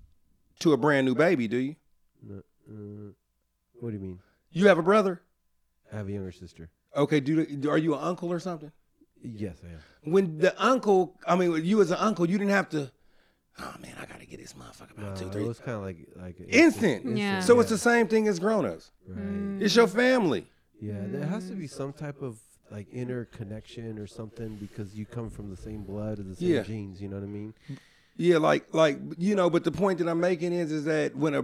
S4: to a brand new baby, do you?
S2: Uh, what do you mean?
S4: You have a brother.
S2: I have a younger sister.
S4: Okay, do are you an uncle or something?
S2: Yes, I am.
S4: When the uncle, I mean, you as an uncle, you didn't have to. Oh man, I gotta get this motherfucker
S2: No,
S4: about two,
S2: it
S4: three.
S2: was kind of like like an
S4: Instant.
S3: Yeah.
S4: So it's the same thing as grown-ups.
S2: Right.
S4: It's
S2: Mm-hmm.
S4: your family.
S2: Yeah, there has to be some type of like inner connection or something because you come from the same blood and the same
S4: Yeah.
S2: genes. You know what I mean?
S4: Yeah, like like you know, but the point that I'm making is is that when a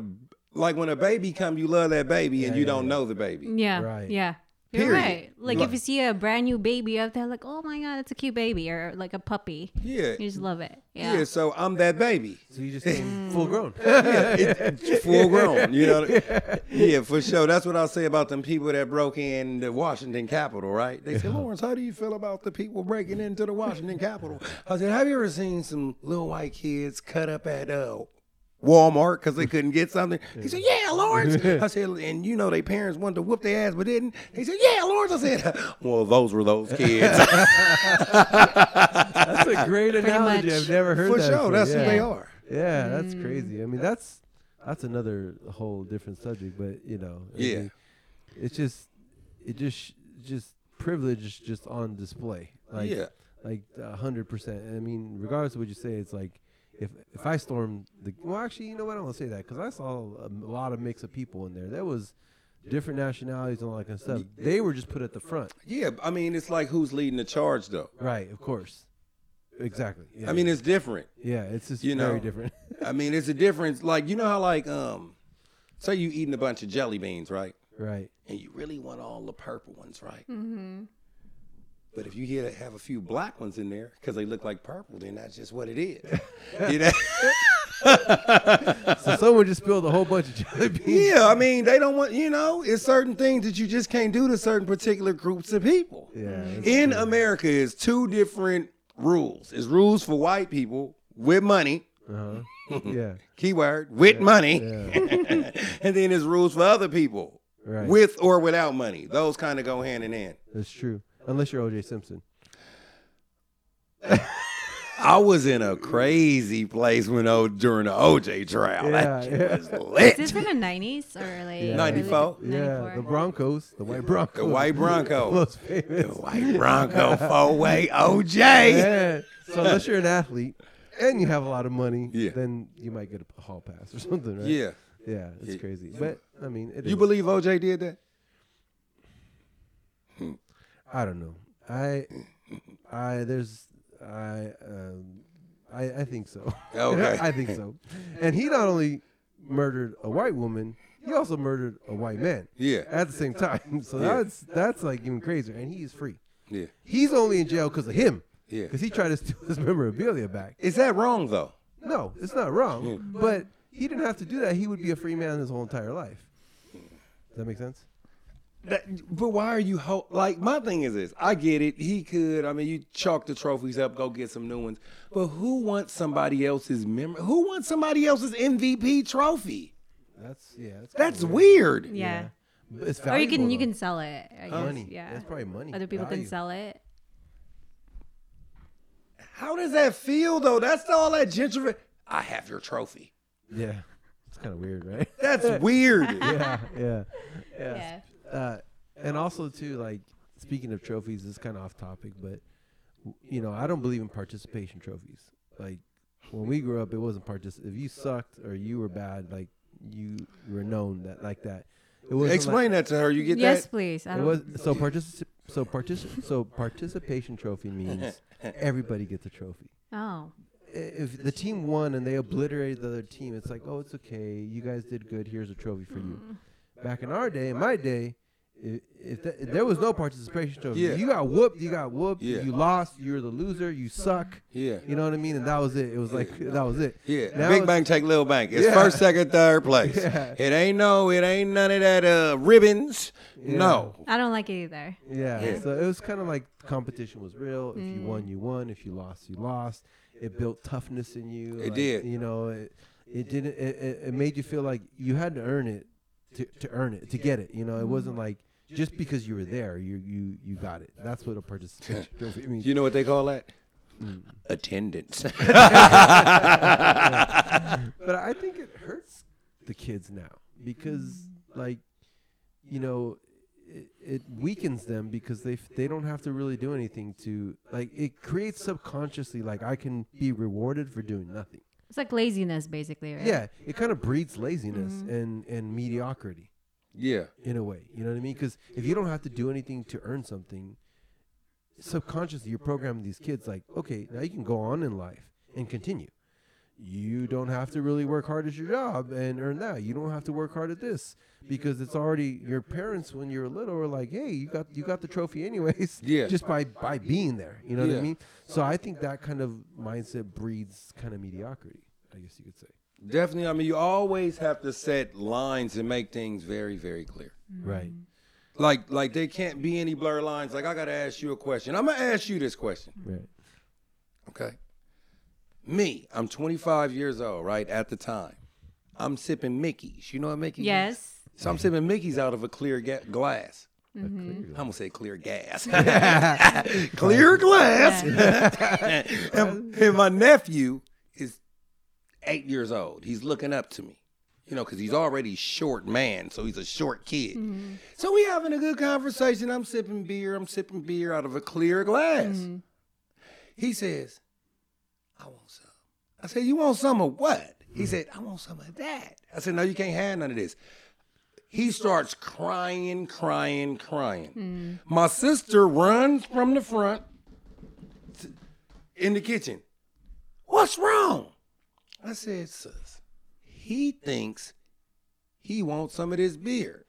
S4: like when a baby come, you love that baby and
S2: Yeah,
S4: you
S2: yeah,
S4: don't
S2: yeah.
S4: know the
S5: Mm,
S4: baby.
S3: [LAUGHS] Yeah.
S2: Right.
S3: Yeah. You're
S4: Period.
S3: right. Like if you see a brand new baby out there, like, oh my god, that's a cute baby, or like a puppy,
S4: Yeah.
S3: you just love it.
S4: Yeah,
S3: Yeah.
S4: so I'm that baby.
S2: So you just
S3: Mm.
S2: came
S3: [LAUGHS]
S2: full grown. [LAUGHS]
S4: [LAUGHS] Full grown, you know. Yeah, for sure. That's what I say about them people that broke in the Washington Capitol, right? They say, Lawrence, how do you feel about the people breaking into the Washington Capitol? I said, Have you ever seen some little white kids cut up at uh Walmart because they couldn't get something. He said, "Yeah, Lawrence."
S2: [LAUGHS]
S4: I said, "And you know they parents wanted to whoop their ass, but didn't." He said, "Yeah, Lawrence." I said, [LAUGHS] "Well, those were
S2: [LAUGHS]
S4: those kids."
S2: That's a great analogy.
S3: much.
S2: I've never heard
S4: For
S2: that.
S4: sure,
S2: before.
S4: that's
S2: yeah.
S4: who they are.
S2: Yeah, that's crazy. I mean, that's that's another whole different subject, but you know, I
S4: Yeah.
S2: mean, it's just it just just privilege is just on display. Like,
S4: Yeah.
S2: like a hundred percent. I mean, regardless of what you say, it's like if if I stormed the well, actually, you know what? I don't want to say that because I saw a m- lot of mix of people in there. There was different nationalities and all that kind of stuff. They were just put at the front,
S4: Yeah, I mean, it's like who's leading the charge, though.
S2: right? Of course, exactly. Yeah.
S4: I mean, it's different.
S2: yeah, it's just
S4: you
S2: very
S4: know,
S2: different. [LAUGHS]
S4: I mean, it's a difference. Like you know how like um, say you eating a bunch of jelly beans, right?
S2: right.
S4: And you really want all the purple ones, right? Mm-hmm. But if you get have a few black ones in there because they look like purple, then that's just what it is. You know?
S2: So someone just spilled a whole bunch of
S1: [LAUGHS]
S2: jelly beans.
S1: Yeah, I mean, they don't want, you know, it's certain things that you just can't do to certain particular groups of people.
S2: that's
S1: In America, is two different rules. It's rules for white people with money, Uh-huh.
S2: Yeah.
S1: keyword, with money,
S2: Yeah.
S1: [LAUGHS] and then it's rules for other people
S2: Right.
S1: with or without money. Those kind of go hand in hand.
S2: That's true. Unless you're OJ Simpson.
S1: I was in a crazy place when oh during the OJ trial. that
S2: Yeah,
S1: shit
S2: yeah.
S1: was lit.
S3: Is this in the 90s or like
S2: Yeah.
S1: 94?
S2: Yeah. The Broncos. The white Broncos.
S1: The
S2: [LAUGHS]
S1: white Bronco.
S2: Most famous.
S1: The white Bronco four way OJ.
S2: Yeah. So unless you're an athlete and you have a lot of money,
S4: Yeah.
S2: then you might get a hall pass or something, right?
S4: Yeah.
S2: Yeah, it's crazy. But I mean, it
S1: You
S2: is-
S1: believe OJ did that?
S2: I don't know. I, I there's I um, I I think so. [LAUGHS]
S4: Okay.
S2: I think so. And he not only murdered a white woman, he also murdered a white man.
S4: Yeah.
S2: At the same time. [LAUGHS] So that's that's like even crazier. And he is free.
S4: Yeah.
S2: He's only in jail because of him.
S4: Yeah.
S2: Because he tried to [LAUGHS] steal his memorabilia back.
S1: Is that wrong though?
S2: No, it's not wrong. But he didn't have to do that. He would be a free man his whole entire life. Does that make sense?
S1: That, but why are you ho- like? My thing is this: I get it. He could. I mean, you chalk the trophies up, go get some new ones. But who wants somebody else's memory? Who wants somebody else's MVP trophy?
S2: That's yeah. That's, kinda
S1: That's weird.
S3: Yeah.
S2: But It's
S3: Or you can
S2: valuable,
S3: you
S2: though.
S3: can sell it. I guess.
S2: money.
S3: Yeah.
S2: That's probably money.
S3: Other people
S2: Value.
S3: can sell it.
S1: How does that feel though? That's all that gentrification. I have your trophy.
S2: Yeah. It's kind of weird, right? [LAUGHS]
S1: That's weird.
S2: yeah, yeah,
S3: Yeah.
S2: Uh, and also too, like speaking of trophies, it's kind of off topic, but w- you know, I don't believe in participation trophies. Like when we grew up, it wasn't particip. If you sucked or you were bad, like you were known that like that. It wasn't
S4: Explain that to her. You get
S3: Yes,
S4: that?
S3: please. I
S2: Like, it
S3: don't-
S2: was so particip. So particip. so participation
S3: [LAUGHS]
S2: trophy means everybody gets a trophy.
S3: oh.
S2: i- if the team won and they obliterated the other team, it's like, oh, it's okay. You guys did good. Here's a trophy for you.
S4: Mm-hmm.
S2: Back in our day, in my day, if, if, that, if there was no participation trophy,
S4: Yeah.
S2: If you got whooped. You got whooped.
S4: Yeah.
S2: You lost. You're the loser. You suck.
S4: Yeah.
S2: You know what I mean? And that was it. It was like that was it.
S4: Yeah.
S2: Now
S1: Big
S2: it's-
S1: bang take little bank. It's
S2: Yeah.
S1: first, second,
S2: [LAUGHS]
S1: third place.
S2: Yeah.
S1: It ain't no, it ain't none of that uh ribbons. No.
S3: I don't like it either.
S2: Yeah. So it was kind of like competition was real. If you won, you won. If you lost, you lost. It built toughness in you. It
S4: did.
S2: You know, it, it didn't. It, it, it made you feel like you had to earn it to, to earn it to get it. You know, it wasn't like just because you were there, you you you got it. That's what a participation trophy means.
S4: You know what they call that? [LAUGHS]
S1: Attendance.
S2: But I think it hurts the kids now because, like, you know, it, it weakens them because they f- they don't have to really do anything to like. It creates subconsciously like I can be rewarded for doing nothing.
S3: It's like laziness, basically, right?
S2: Yeah, it kind of breeds laziness and and mediocrity
S4: Yeah.
S2: in a way. You know what I mean? Because if you don't have to do anything to earn something, subconsciously you're programming these kids like, okay, now you can go on in life and continue. You don't have to really work hard at your job and earn that. You don't have to work hard at this because it's already your parents when you were little were like, hey, you got you got the trophy anyways.
S4: Yeah.
S2: [LAUGHS] Just by by being there. You know what I
S4: Yeah.
S2: mean? So I think that kind of mindset breeds kind of mediocrity. I guess you could say.
S4: Definitely. I mean, you always have to set lines and make things very, very clear.
S2: Right.
S4: Like, like they can't be any blur lines. Like, I gotta ask you a question. I'm gonna ask you this question.
S2: Right.
S4: Okay. Me, I'm 25 years old, right? At the time, I'm sipping Mickey's. You know what Mickey's? is?
S3: Yes.
S4: So I'm sipping Mickey's out of a clear ga- glass.
S2: Clearly.
S4: I'm gonna say clear gas. [LAUGHS] clear glass. [LAUGHS] and, and my nephew is eight years old. He's looking up to me, you know, because he's already short man, so he's a short kid. So we having a good conversation. I'm sipping beer. I'm sipping beer out of a clear glass. He says, "I want some." I said, "You want some of what?" He said, "I want some of that." I said, "No, you can't have none of this." He starts Hmm. crying, crying, crying. My sister runs from the front to- in the kitchen. What's wrong? I said, sis, he thinks he wants some of this beer.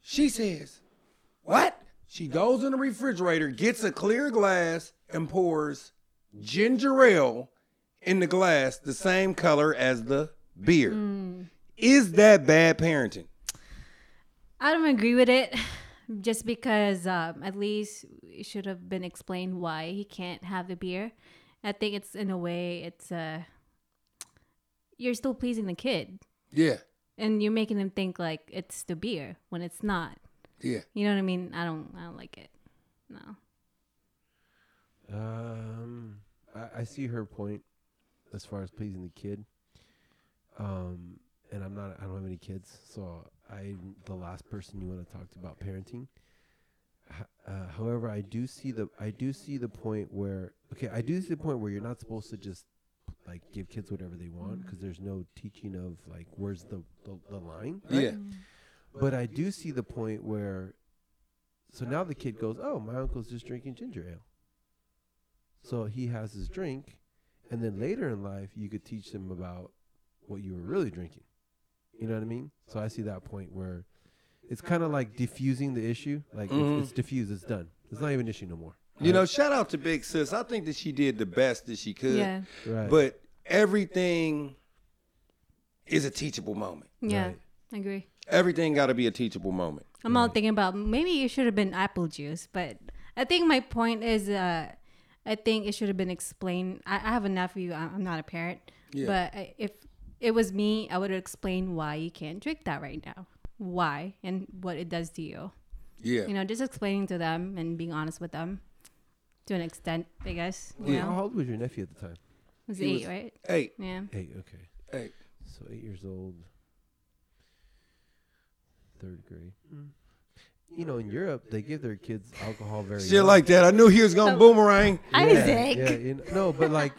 S4: She says, what? She goes in the refrigerator, gets a clear glass, and pours ginger ale in the glass the same color as the beer. Hmm. Is that bad parenting?
S5: I don't agree with it, just because um, at least it should have been explained why he can't have the beer. I think it's in a way it's uh, you're still pleasing the kid,
S4: Yeah.
S5: and you're making them think like it's the beer when it's not.
S4: Yeah.
S5: You know what I mean? I don't. I don't like it. No.
S2: Um, I, I see her point as far as pleasing the kid. Um, and I'm not, I don't have any kids, so I'm the last person you want to talk to about parenting. H- Uh, however, I do see the, I do see the point where, okay, I do see the point where you're not supposed to just like give kids whatever they want because there's no teaching of like where's the the, the line.
S4: Yeah.
S2: But I do see the point where, so now the kid goes, "Oh, my uncle's just drinking ginger ale." So he has his drink, and then later in life, you could teach them about what you were really drinking. You know what I mean? So I see that point where it's kind of like diffusing the issue. Like
S4: Mhm.
S2: it's, it's diffused, it's done. It's not even an issue no more.
S4: You know, shout out to Big Sis. I think that she did the best that she could.
S5: Yeah.
S2: Right.
S4: But everything is a teachable moment.
S5: Yeah.
S2: Right.
S5: I agree.
S4: Everything got to be a teachable moment.
S5: I'm all thinking about maybe it should have been apple juice, but I think my point is, uh, I think it should have been explained. I, I have a nephew. I- I'm not a parent, but I, if it was me, I would explain why you can't drink that right now, why, and what it does to you.
S4: Yeah.
S5: You know, just explaining to them and being honest with them to an extent, I guess. You
S2: How
S5: know,
S2: old was your nephew at the time?
S5: it was
S4: He
S5: eight,
S4: was-
S5: right?
S4: Hey,
S5: Yeah.
S2: Eight. Okay.
S4: hey.
S2: So eight years old, third grade. You know, in Europe, they give their kids alcohol very
S4: Shit
S2: young.
S4: like that. I knew he was going to boomerang.
S5: Isaac.
S2: Yeah, you know, no, but like,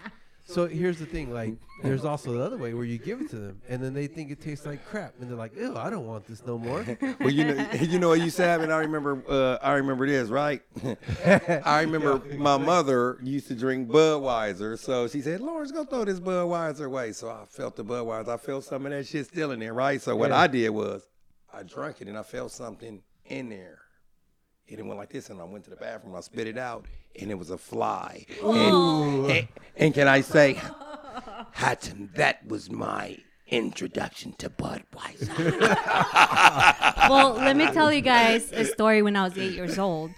S2: so here's the thing: like, there's also the other way where you give it to them, and then they think it tastes like crap, and they're like, "Ew, I don't want this no more."
S4: [LAUGHS] Well, you know, you know what you said, and I remember, uh, I remember this, right? [LAUGHS] I remember my mother used to drink Budweiser, so she said, "Lawrence, go throw this Budweiser away." So I felt the Budweiser. I felt some of that shit still in there, right? So what I did was, I drank it, and I felt something in there. And it went like this, and I went to the bathroom, I spit it out, and it was a fly. And, and, and can I say, Hatim, that was my introduction to Budweiser.
S5: well,
S2: [LAUGHS]
S5: let me tell you guys a story when I was eight years old.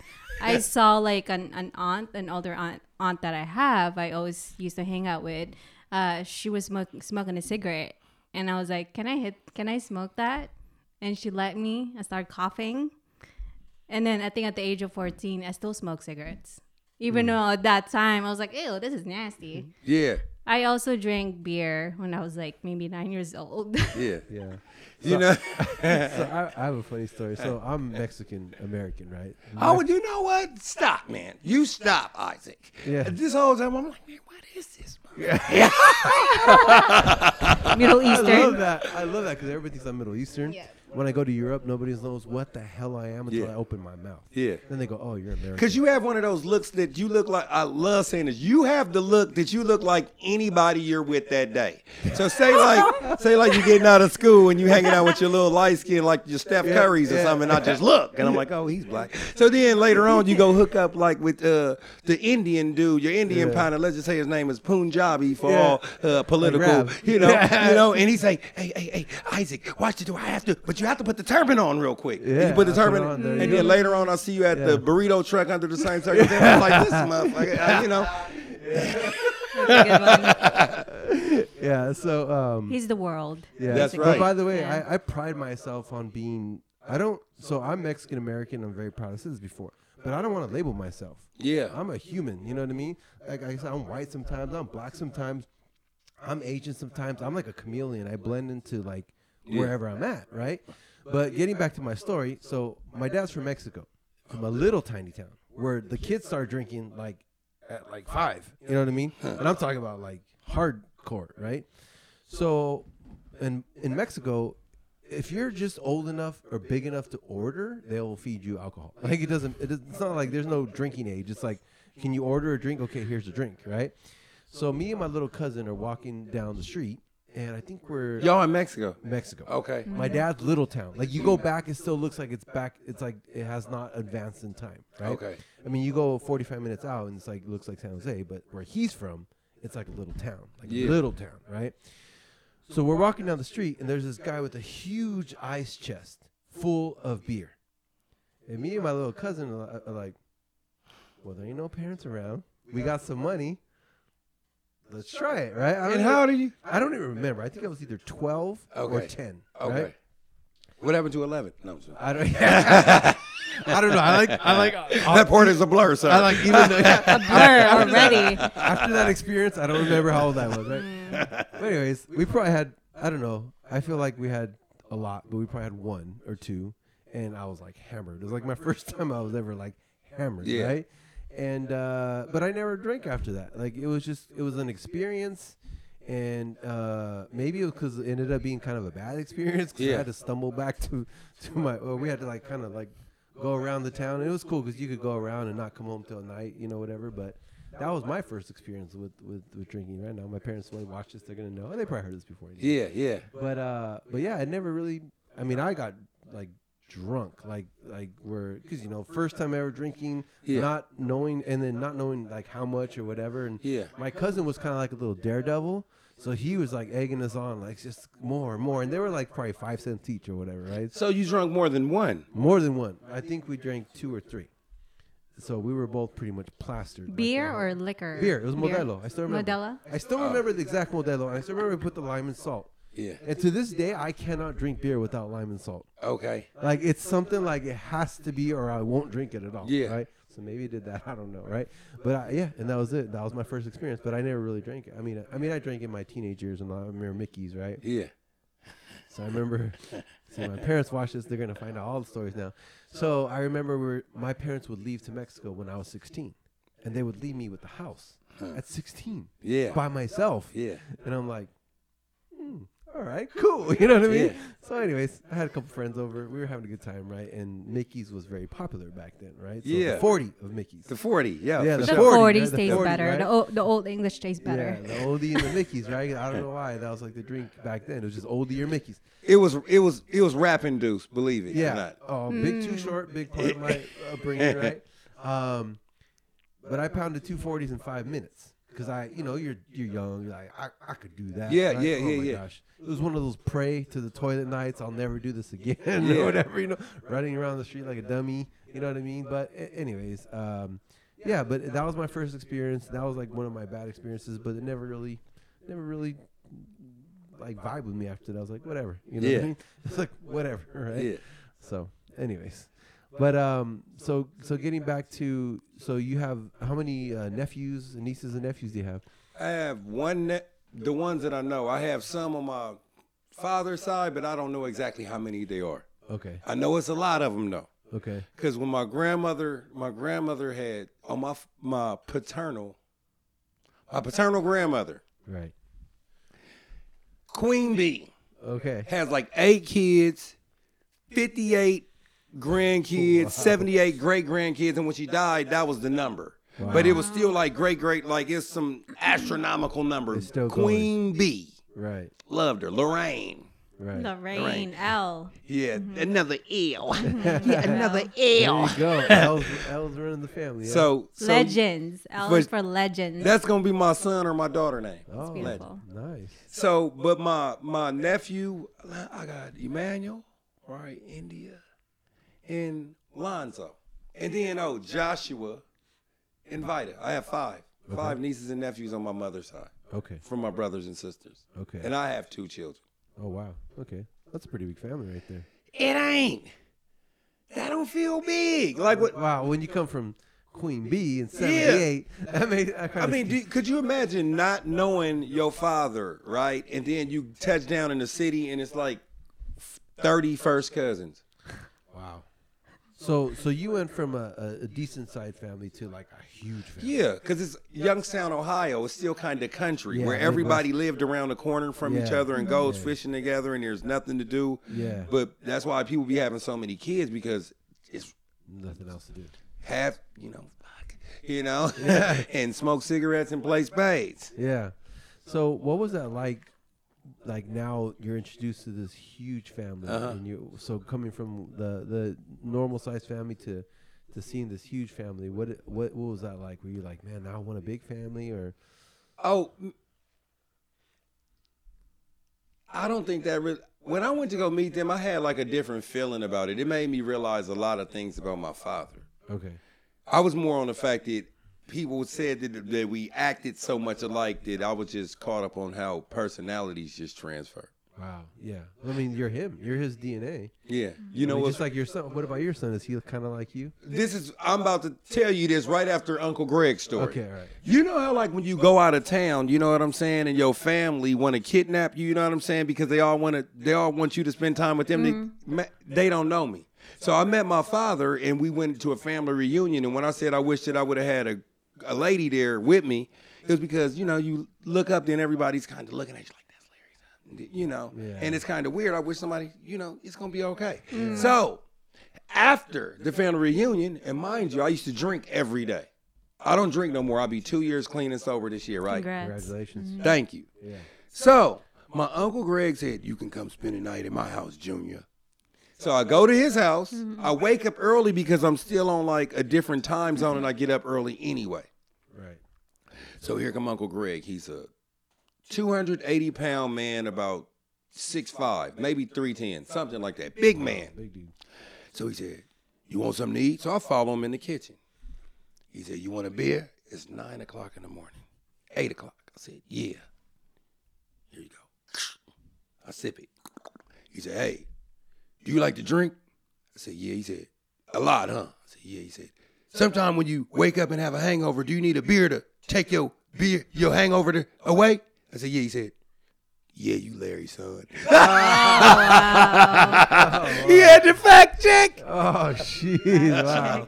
S5: I saw like an, an aunt, an older aunt, aunt that I have, I always used to hang out with. Uh, she was smoke, smoking a cigarette, and I was like, "Can I hit? Can I smoke that?" And she let me. I started coughing, and then I think at the age of fourteen, I still smoked cigarettes, even
S2: Mm.
S5: though at that time I was like, "Ew, this is nasty."
S4: [LAUGHS]
S2: Mm-hmm.
S4: Yeah,
S5: I also drank beer when I was like maybe nine years old.
S2: [LAUGHS]
S5: [LAUGHS]
S4: yeah.
S2: yeah.
S4: You know,
S2: So I, I have a funny story. So I'm Mexican
S4: [LAUGHS]
S2: American, right?
S4: [LAUGHS] I would. You know what? Stop, man. You stop, Isaac.
S2: Yeah.
S4: This whole time I'm like, man, what is this?
S5: Middle
S2: I love
S5: Eastern.
S2: that. I love that because everybody thinks I'm Middle Eastern.
S5: Yeah.
S2: When I go to Europe, nobody knows what the hell I am until
S4: Yeah.
S2: I open my mouth.
S4: Yeah.
S2: Then they go, "Oh, you're American."
S4: Because you have one of those looks that you look like. I love saying this. You have the look that you look like anybody you're with that day. So say [LAUGHS] like, say like you're getting out of school and you hanging out with your little light skin, like your Steph Curry's or something. And I just look and I'm like, oh, he's black. So then later on, you go hook up like with uh, the Indian dude, your Indian partner. Let's just say his name is Punjabi for
S2: Yeah.
S4: all uh, political,
S2: Rab.
S4: you
S2: [LAUGHS]
S4: know, you know. And he's like, hey, hey, hey, Isaac, watch it. Do I have to? But you have to put the turban on real quick.
S2: Yeah,
S4: you put the
S2: I put it
S4: turban,
S2: on. There
S4: and
S2: you
S4: then
S2: go.
S4: later later on, I see you at
S2: Yeah.
S4: the burrito truck under the same circumstance. I'm like,
S2: [LAUGHS]
S4: this motherfucker, uh, you know.
S5: Good
S2: [LAUGHS]
S5: one.
S2: yeah. So um,
S5: He's the world.
S2: Yeah,
S4: That's
S2: But
S4: right.
S2: by the way,
S5: Yeah.
S2: I, I pride myself on being. I don't. So I'm Mexican American. I'm very proud. I said this before, but I don't want to label myself.
S4: Yeah.
S2: I'm a human. You know what I mean? Like I said, I'm white sometimes. I'm black sometimes. I'm Asian sometimes. I'm like a chameleon. I blend into like wherever I'm at, right? But getting back to my story, so my dad's from Mexico, from a little tiny town where the kids start drinking like at like five. You know what I mean? And I'm talking about like hardcore, right? So, in in Mexico, if you're just old enough or big enough to order, they'll feed you alcohol. [LAUGHS] Like it doesn't. It, doesn't- it's not like there's no drinking age. It's like, can you order a drink? Okay, here's a drink, right? So me and my little cousin are walking down the street, and I think we're
S4: Y'all in Mexico.
S2: Mexico.
S4: Okay.
S2: My dad's little town. Like you go back, it still looks like it's back. It's like it has not advanced in time, right?
S4: Okay.
S2: I mean, you go 45 minutes out, and it's like looks like San Jose, but where he's from, It's like a little town, like
S4: Yeah.
S2: a little town, right? So we're walking down the street, and there's this guy with a huge ice chest full of beer. And me and my little cousin are li- are like, well, there ain't no parents around. We got some money. Let's try it, right? I don't
S4: And
S2: even-
S4: how do you?
S2: I don't even remember. I think I was either 12 or
S4: Okay.
S2: 10.
S4: Okay.
S2: Right?
S4: What happened to eleven? No, I'm
S2: [LAUGHS]
S4: sorry.
S2: I don't. I don't know. I like. I like.
S1: That part is a blur, sir.
S2: I like. Even though,
S5: [LAUGHS] Blur already.
S2: after that experience, I don't remember how old I was.
S4: [LAUGHS]
S2: Right? But anyways, we probably had. I don't know. I feel like we had a lot, but we probably had one or two, and I was like hammered. It was like my [LAUGHS] first time I was ever like hammered.
S4: Yeah.
S2: Right. And uh, but I never drank after that. Like it was just it was an experience. And uh, maybe it was because it ended up being kind of a bad experience. 'cause I
S4: Yeah.
S2: had to stumble back to to my. Or we had to like kind of like go around the town. And it was cool because you could go around and not come home till night, you know, whatever. But that was my first experience with with, with drinking. Right now, my parents when they watch this, they're gonna know, and they probably heard this before.
S4: [LAUGHS] Yeah, yeah.
S2: But uh, but yeah, I never really. I mean, I got like drunk, like like where because you know first time ever drinking,
S4: Yeah.
S2: not knowing, and then not knowing like how much or whatever. And
S4: Yeah.
S2: my cousin was kind of like a little daredevil. So he was like egging us on, like just more and more, and they were like probably five cents each or whatever, right?
S4: So you drunk more than one.
S2: More than one. I think we drank two or three. So we were both pretty much plastered. like
S5: Beer
S2: that.
S5: or liquor?
S2: beer? It was Modelo. I still remember.
S5: Modelo?
S2: I still remember the exact Modelo. and I still remember we put the lime and salt.
S4: Oh. Yeah.
S2: And to this day, I cannot drink beer without lime and salt.
S4: Okay.
S2: Like it's something like it has to be, or I won't drink it at all.
S4: Yeah.
S2: Right. So maybe it did that. [LAUGHS] I don't know. Right. But I, yeah, and that was it. That was my first experience. But I never really drank it. I mean, I, I mean, I drank in my teenage years, and I remember Mickey's. Right.
S4: Yeah.
S2: So I remember. [LAUGHS] see, my parents watch this; they're gonna find out all the stories now. So I remember we were, my parents would leave to Mexico when I was 16, and they would leave me with the house at 16.
S4: Yeah.
S2: By myself.
S4: Yeah.
S2: And I'm like, hmm, all right, cool. [LAUGHS] You know what I mean?
S4: Yeah.
S2: So, anyways, I had a couple friends over. We were having a good time, right? And Mickey's was very popular back then, right? So
S4: Yeah.
S2: The 40 of Mickey's.
S4: The forty. Yeah.
S2: Yeah,
S4: for
S2: the
S5: The
S4: sure.
S2: 40,
S5: 40s
S2: right? The
S5: tastes
S2: 40,
S5: better.
S2: right?
S5: The, old, the old English tastes better.
S2: Yeah, the oldie and the Mickey's, right? I don't know why that was like the drink back then. It was just oldie or Mickey's.
S1: it was it was it was rap induced, believe it or
S2: Yeah.
S1: not.
S2: Oh, big too short, big part of
S4: [LAUGHS]
S2: my upbringing, right? Um, but I pounded two forties in five minutes because I, you know, you're you're young, you're like I, I could do that.
S4: Yeah,
S2: right?
S4: yeah,
S2: oh
S4: yeah,
S2: my
S4: yeah.
S2: Gosh. It was one of those pray to the toilet nights. I'll never do this again [LAUGHS] or
S4: Yeah.
S2: whatever. You know, running around the street like a dummy. You know what I mean? But a- anyways, um, yeah. But that was my first experience. That was like one of my bad experiences. But it never really, never really. Like vibe with me after that. I was like, whatever, you know. What
S4: Yeah.
S2: I mean? [LAUGHS] It's like whatever, [LAUGHS] right?
S4: Yeah.
S2: So, anyways, but um, so so getting back to so you have how many uh, nephews, nieces, and nephews do you have?
S4: I have one. Ne- the ones that I know, I have some on my father's side, but I don't know exactly how many they are.
S2: Okay,
S4: I know it's a lot of them though.
S2: okay,
S4: Because when my grandmother, my grandmother had on my f- my paternal, my paternal grandmother,
S2: right,
S4: Queen Bee,
S2: okay,
S4: has like eight kids, fifty-eight grandkids, seventy-eight great grandkids, and when she died, that was the number. But it was still like great, great, like it's some astronomical numbers.
S2: It's still
S4: Queen Bee
S2: right,
S4: loved her. Lorraine,
S2: right.
S5: Lorraine, L.
S4: yeah, another ill.
S5: Another
S2: There you
S4: [LAUGHS]
S2: go. L's, L's running the family. Yeah?
S4: So, so
S5: legends. L is
S4: but-
S5: for legends.
S4: that's gonna be my son or my daughter name.
S2: oh,
S5: beautiful.
S2: nice.
S4: So, but my my nephew, I got Emmanuel, right? India, and Lonzo, and then oh Joshua, and Vita. I have five, five nieces and nephews on my mother's side
S2: Okay.
S4: from my brothers and sisters,
S2: Okay.
S4: and I have two children.
S2: oh wow. Okay, that's a pretty big family right there.
S4: It ain't. I don't feel big. Like what?
S2: Wow. When you come from Queen B in '78, I mean, I,
S4: I
S2: kinda
S4: mean, do, could you imagine not knowing your father, right? And then you touch down in the city, and it's like thirty first cousins.
S2: wow. So so you went from a, a, a decent sized family to like a huge family.
S4: Yeah, because it's Youngstown, Ohio. It's still kind of country
S2: Yeah,
S4: where
S2: it was.
S4: everybody lived around the corner from each
S2: Yeah.
S4: other and goes fishing together, and there's nothing to do.
S2: Yeah.
S4: But that's why people be having so many kids because it's
S2: Nothing else to do.
S4: half, you know, fuck, you know, [LAUGHS] and smoke cigarettes and play spades.
S2: Yeah. So what was that like? Like now you're introduced to this huge family,
S4: Uh-huh.
S2: and you so coming from the the normal sized family to to seeing this huge family. What what what was that like? Were you like, man, now I want a big family, or
S4: Oh, I don't think that really. When I went to go meet them, I had like a different feeling about it. It made me realize a lot of things about my father.
S2: Okay.
S4: I was more on the fact that people said that, that we acted so much alike that I was just caught up on how personalities just transfer.
S2: Wow. Yeah. I mean, you're him. You're his DNA.
S4: Yeah, you
S2: You
S4: know
S2: know,
S4: what's
S2: just like your son. What about your son? Is he kind of like you?
S4: This is I'm about to tell you this right after Uncle Greg's story.
S2: Okay, all right.
S4: You know how like when you go out of town, you know what I'm saying, and your family want to kidnap you, you know what I'm saying, because they all want to they all want you to spend time with them. They, ma- they don't know me. So I met my father and we went to a family reunion and when I said I wish that I would have had a a lady there with me, it was because, you know, you look up then everybody's kind of looking at you like that's Larry you know,
S2: Yeah.
S4: and it's kind of weird. I wish somebody, you know, it's gonna be okay. So after the family reunion, and mind you, I used to drink every day. I don't drink no more. I'll be two years clean and sober this year, right?
S5: Congrats.
S2: Congratulations.
S4: Thank you.
S2: Yeah.
S4: So my uncle Greg said, "You can come spend the night at my house, Junior." So I go to his house. I wake up early because I'm still on like a different time zone, and I get up early anyway.
S2: Right.
S4: So here come Uncle Greg. He's a 280 pound man, about 6'5, maybe 310, something like that. Big man.
S2: Big dude.
S4: So he said, You want something to eat? So I follow him in the kitchen. He said, You want a beer? It's nine o'clock in the morning, eight o'clock. I said, Yeah. Here you go. I sip it. He said, Hey, do you like to drink? I said, Yeah. He said, A lot, huh? I said, Yeah. He said, Sometime when you wake up and have a hangover, do you need a beer to take your beer, your hangover to, away? I said, Yeah. He said, Yeah, you Larry, son. [LAUGHS]
S2: [LAUGHS]
S4: he had to fact check.
S2: Oh, [LAUGHS] jeez. Wow.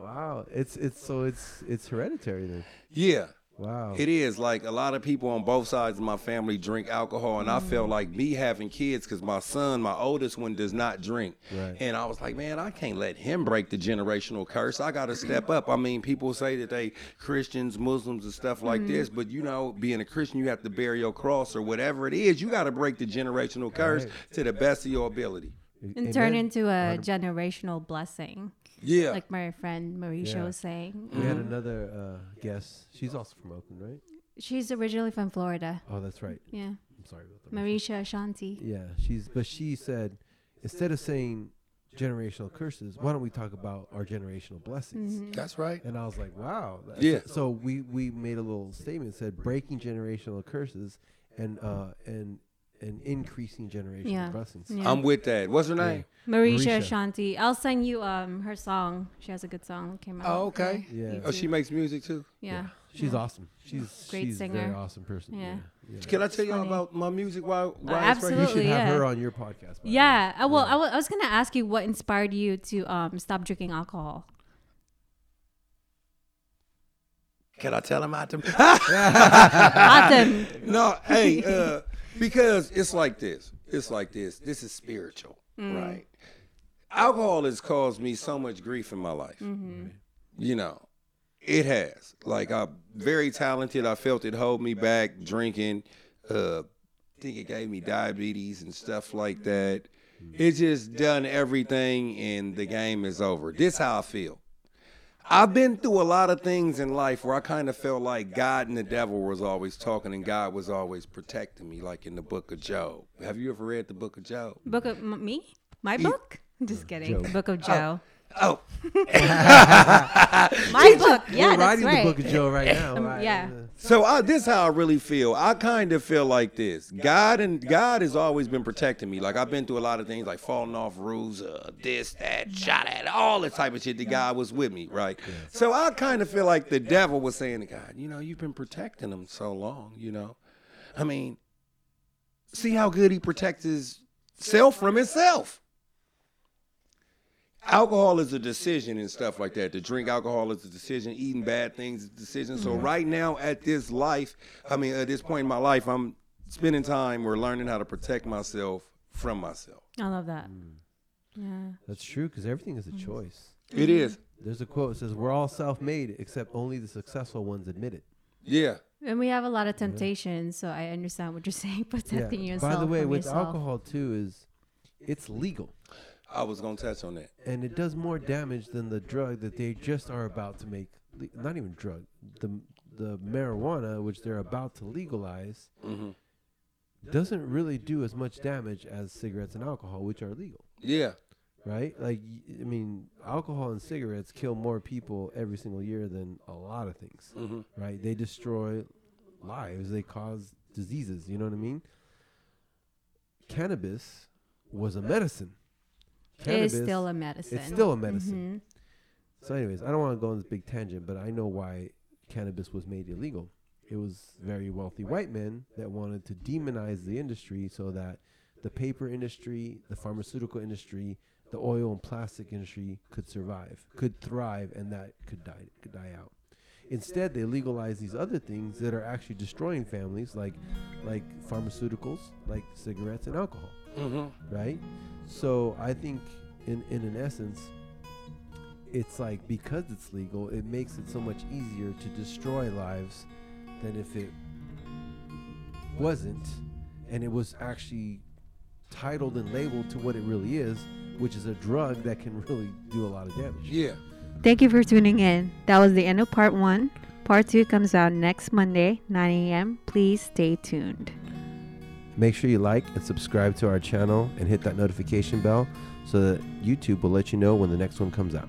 S2: Wow. It's it's so it's it's hereditary then.
S4: Yeah.
S2: Wow.
S4: It is like a lot of people on both sides of my family drink alcohol, and I felt like me having kids because my son, my oldest one, does not drink.
S2: Right.
S4: And I was like, man, I can't let him break the generational curse. I got to step up. I mean, people say that they Christians, Muslims, and stuff
S2: Mm-hmm.
S4: like this, but you know, being a Christian, you have to bear your cross or whatever it is. You got to break the generational curse to the best of your ability.
S5: And turn into a generational blessing.
S4: Yeah.
S5: Like my friend Marisha
S2: Yeah.
S5: was saying.
S2: We had another uh, guest. She's also from Oakland, right?
S5: She's originally from Florida.
S2: Oh, that's right.
S5: Yeah.
S2: I'm sorry about that.
S5: Marisha Ashanti.
S2: Yeah, she's but she said instead of saying generational curses, why don't we talk about our generational blessings?
S4: That's right.
S2: And I was like, wow. that's-
S4: Yeah.
S2: So we we made a little statement that said breaking generational curses and uh and and increasing generational
S5: Yeah.
S2: blessings.
S5: Yeah.
S4: I'm with that. What's her name?
S5: Marisha,
S2: Marisha.
S5: Ashanti. I'll send you um her song. She has a good song that came out.
S4: Oh, okay.
S2: Yeah.
S4: Oh, she makes music too.
S5: Yeah.
S2: She's awesome. She's
S5: Great
S2: she's a very
S5: singer.
S2: awesome person.
S5: Yeah.
S2: yeah.
S4: Can I tell y'all about my music? Why? why
S5: Uh,
S4: it's right here?
S2: You should
S5: Absolutely,
S2: have
S5: yeah.
S2: her on your podcast. by the way.
S5: Yeah. I, well, I wa- I was gonna ask you what inspired you to um stop
S2: [LAUGHS]
S5: drinking alcohol.
S4: Can I tell him out to
S5: Autumn.
S4: [LAUGHS] No, hey, uh, because it's like this. It's like this. This is spiritual, right? Alcohol has caused me so much grief in my life. You know, it has. Like I'm very talented. I felt it hold me back drinking. Uh, think it gave me diabetes and stuff like that. It's just done everything, and the game is over. This how I feel. I've been through a lot of things in life where I kind of felt like God and the devil was always talking and God was always protecting me, like in the book of Job. Have you ever read the book of Job?
S5: Book of m- me? My
S2: E
S5: book? Just kidding. Book of
S2: [LAUGHS]
S5: Joe.
S4: Oh,
S5: My book. Yeah,
S2: We're
S5: that's
S2: writing
S5: right.
S2: the book of Joe right now.
S5: Um,
S2: right?
S5: yeah.
S4: so I, this how I really feel. I kind of feel like this. God and God has always been protecting me. Like I've been through a lot of things, like falling off roofs, uh, this, that, shot at, all the type of shit. The God was with me, right? So I kind of feel like the devil was saying to God, you know, you've been protecting him so long, you know. I mean, see how good he protects his self from himself. Alcohol is a decision and stuff like that. To drink alcohol is a decision. Eating bad things is a decision. So right now at this life, I mean at this point in my life, I'm spending time or learning how to protect myself from myself.
S5: I love that.
S2: Mm.
S5: Yeah.
S2: That's true because everything
S5: Mm-hmm.
S2: is a choice.
S4: It is.
S2: There's a quote that says, "We're all self-made, except only the successful ones admit it."
S4: Yeah.
S5: And we have a lot of temptations, so I understand what you're [LAUGHS] saying. Protecting yourself.
S2: By the way,
S5: from
S2: with
S5: yourself.
S2: alcohol too, is it's legal
S4: I was gonna touch on that.
S2: and it does more damage than the drug that they just are about to make. le- Not even drug, the the marijuana, which they're about to legalize,
S4: Mm-hmm.
S2: doesn't really do as much damage as cigarettes and alcohol, which are legal,
S4: Yeah.
S2: right? Like, y- I mean, alcohol and cigarettes kill more people every single year than a lot of things, right? They destroy lives, they cause diseases, you know what I mean? Cannabis was a medicine.
S5: It's
S2: Cannabis
S5: still a medicine. Mm-hmm.
S2: it's still a medicine. So, anyways, I don't want to go on this big tangent, but I know why cannabis was made illegal. It was very wealthy white men that wanted to demonize the industry so that the paper industry, the pharmaceutical industry, the oil and plastic industry could survive, could thrive, and that could die, could die out. Instead, they legalize these other things that are actually destroying families, like like pharmaceuticals, like cigarettes and alcohol
S4: Mm-hmm.
S2: right? So I think in in an essence, it's like because it's legal, it makes it so much easier to destroy lives than if it wasn't, and it was actually titled and labeled to what it really is, which is a drug that can really do a lot of damage.
S4: Yeah.
S3: Thank you for tuning in. That was the end of part one. Part two comes out next Monday, 9 a.m. Please stay tuned.
S2: Make sure you like and subscribe to our channel and hit that notification bell so that YouTube will let you know when the next one comes out.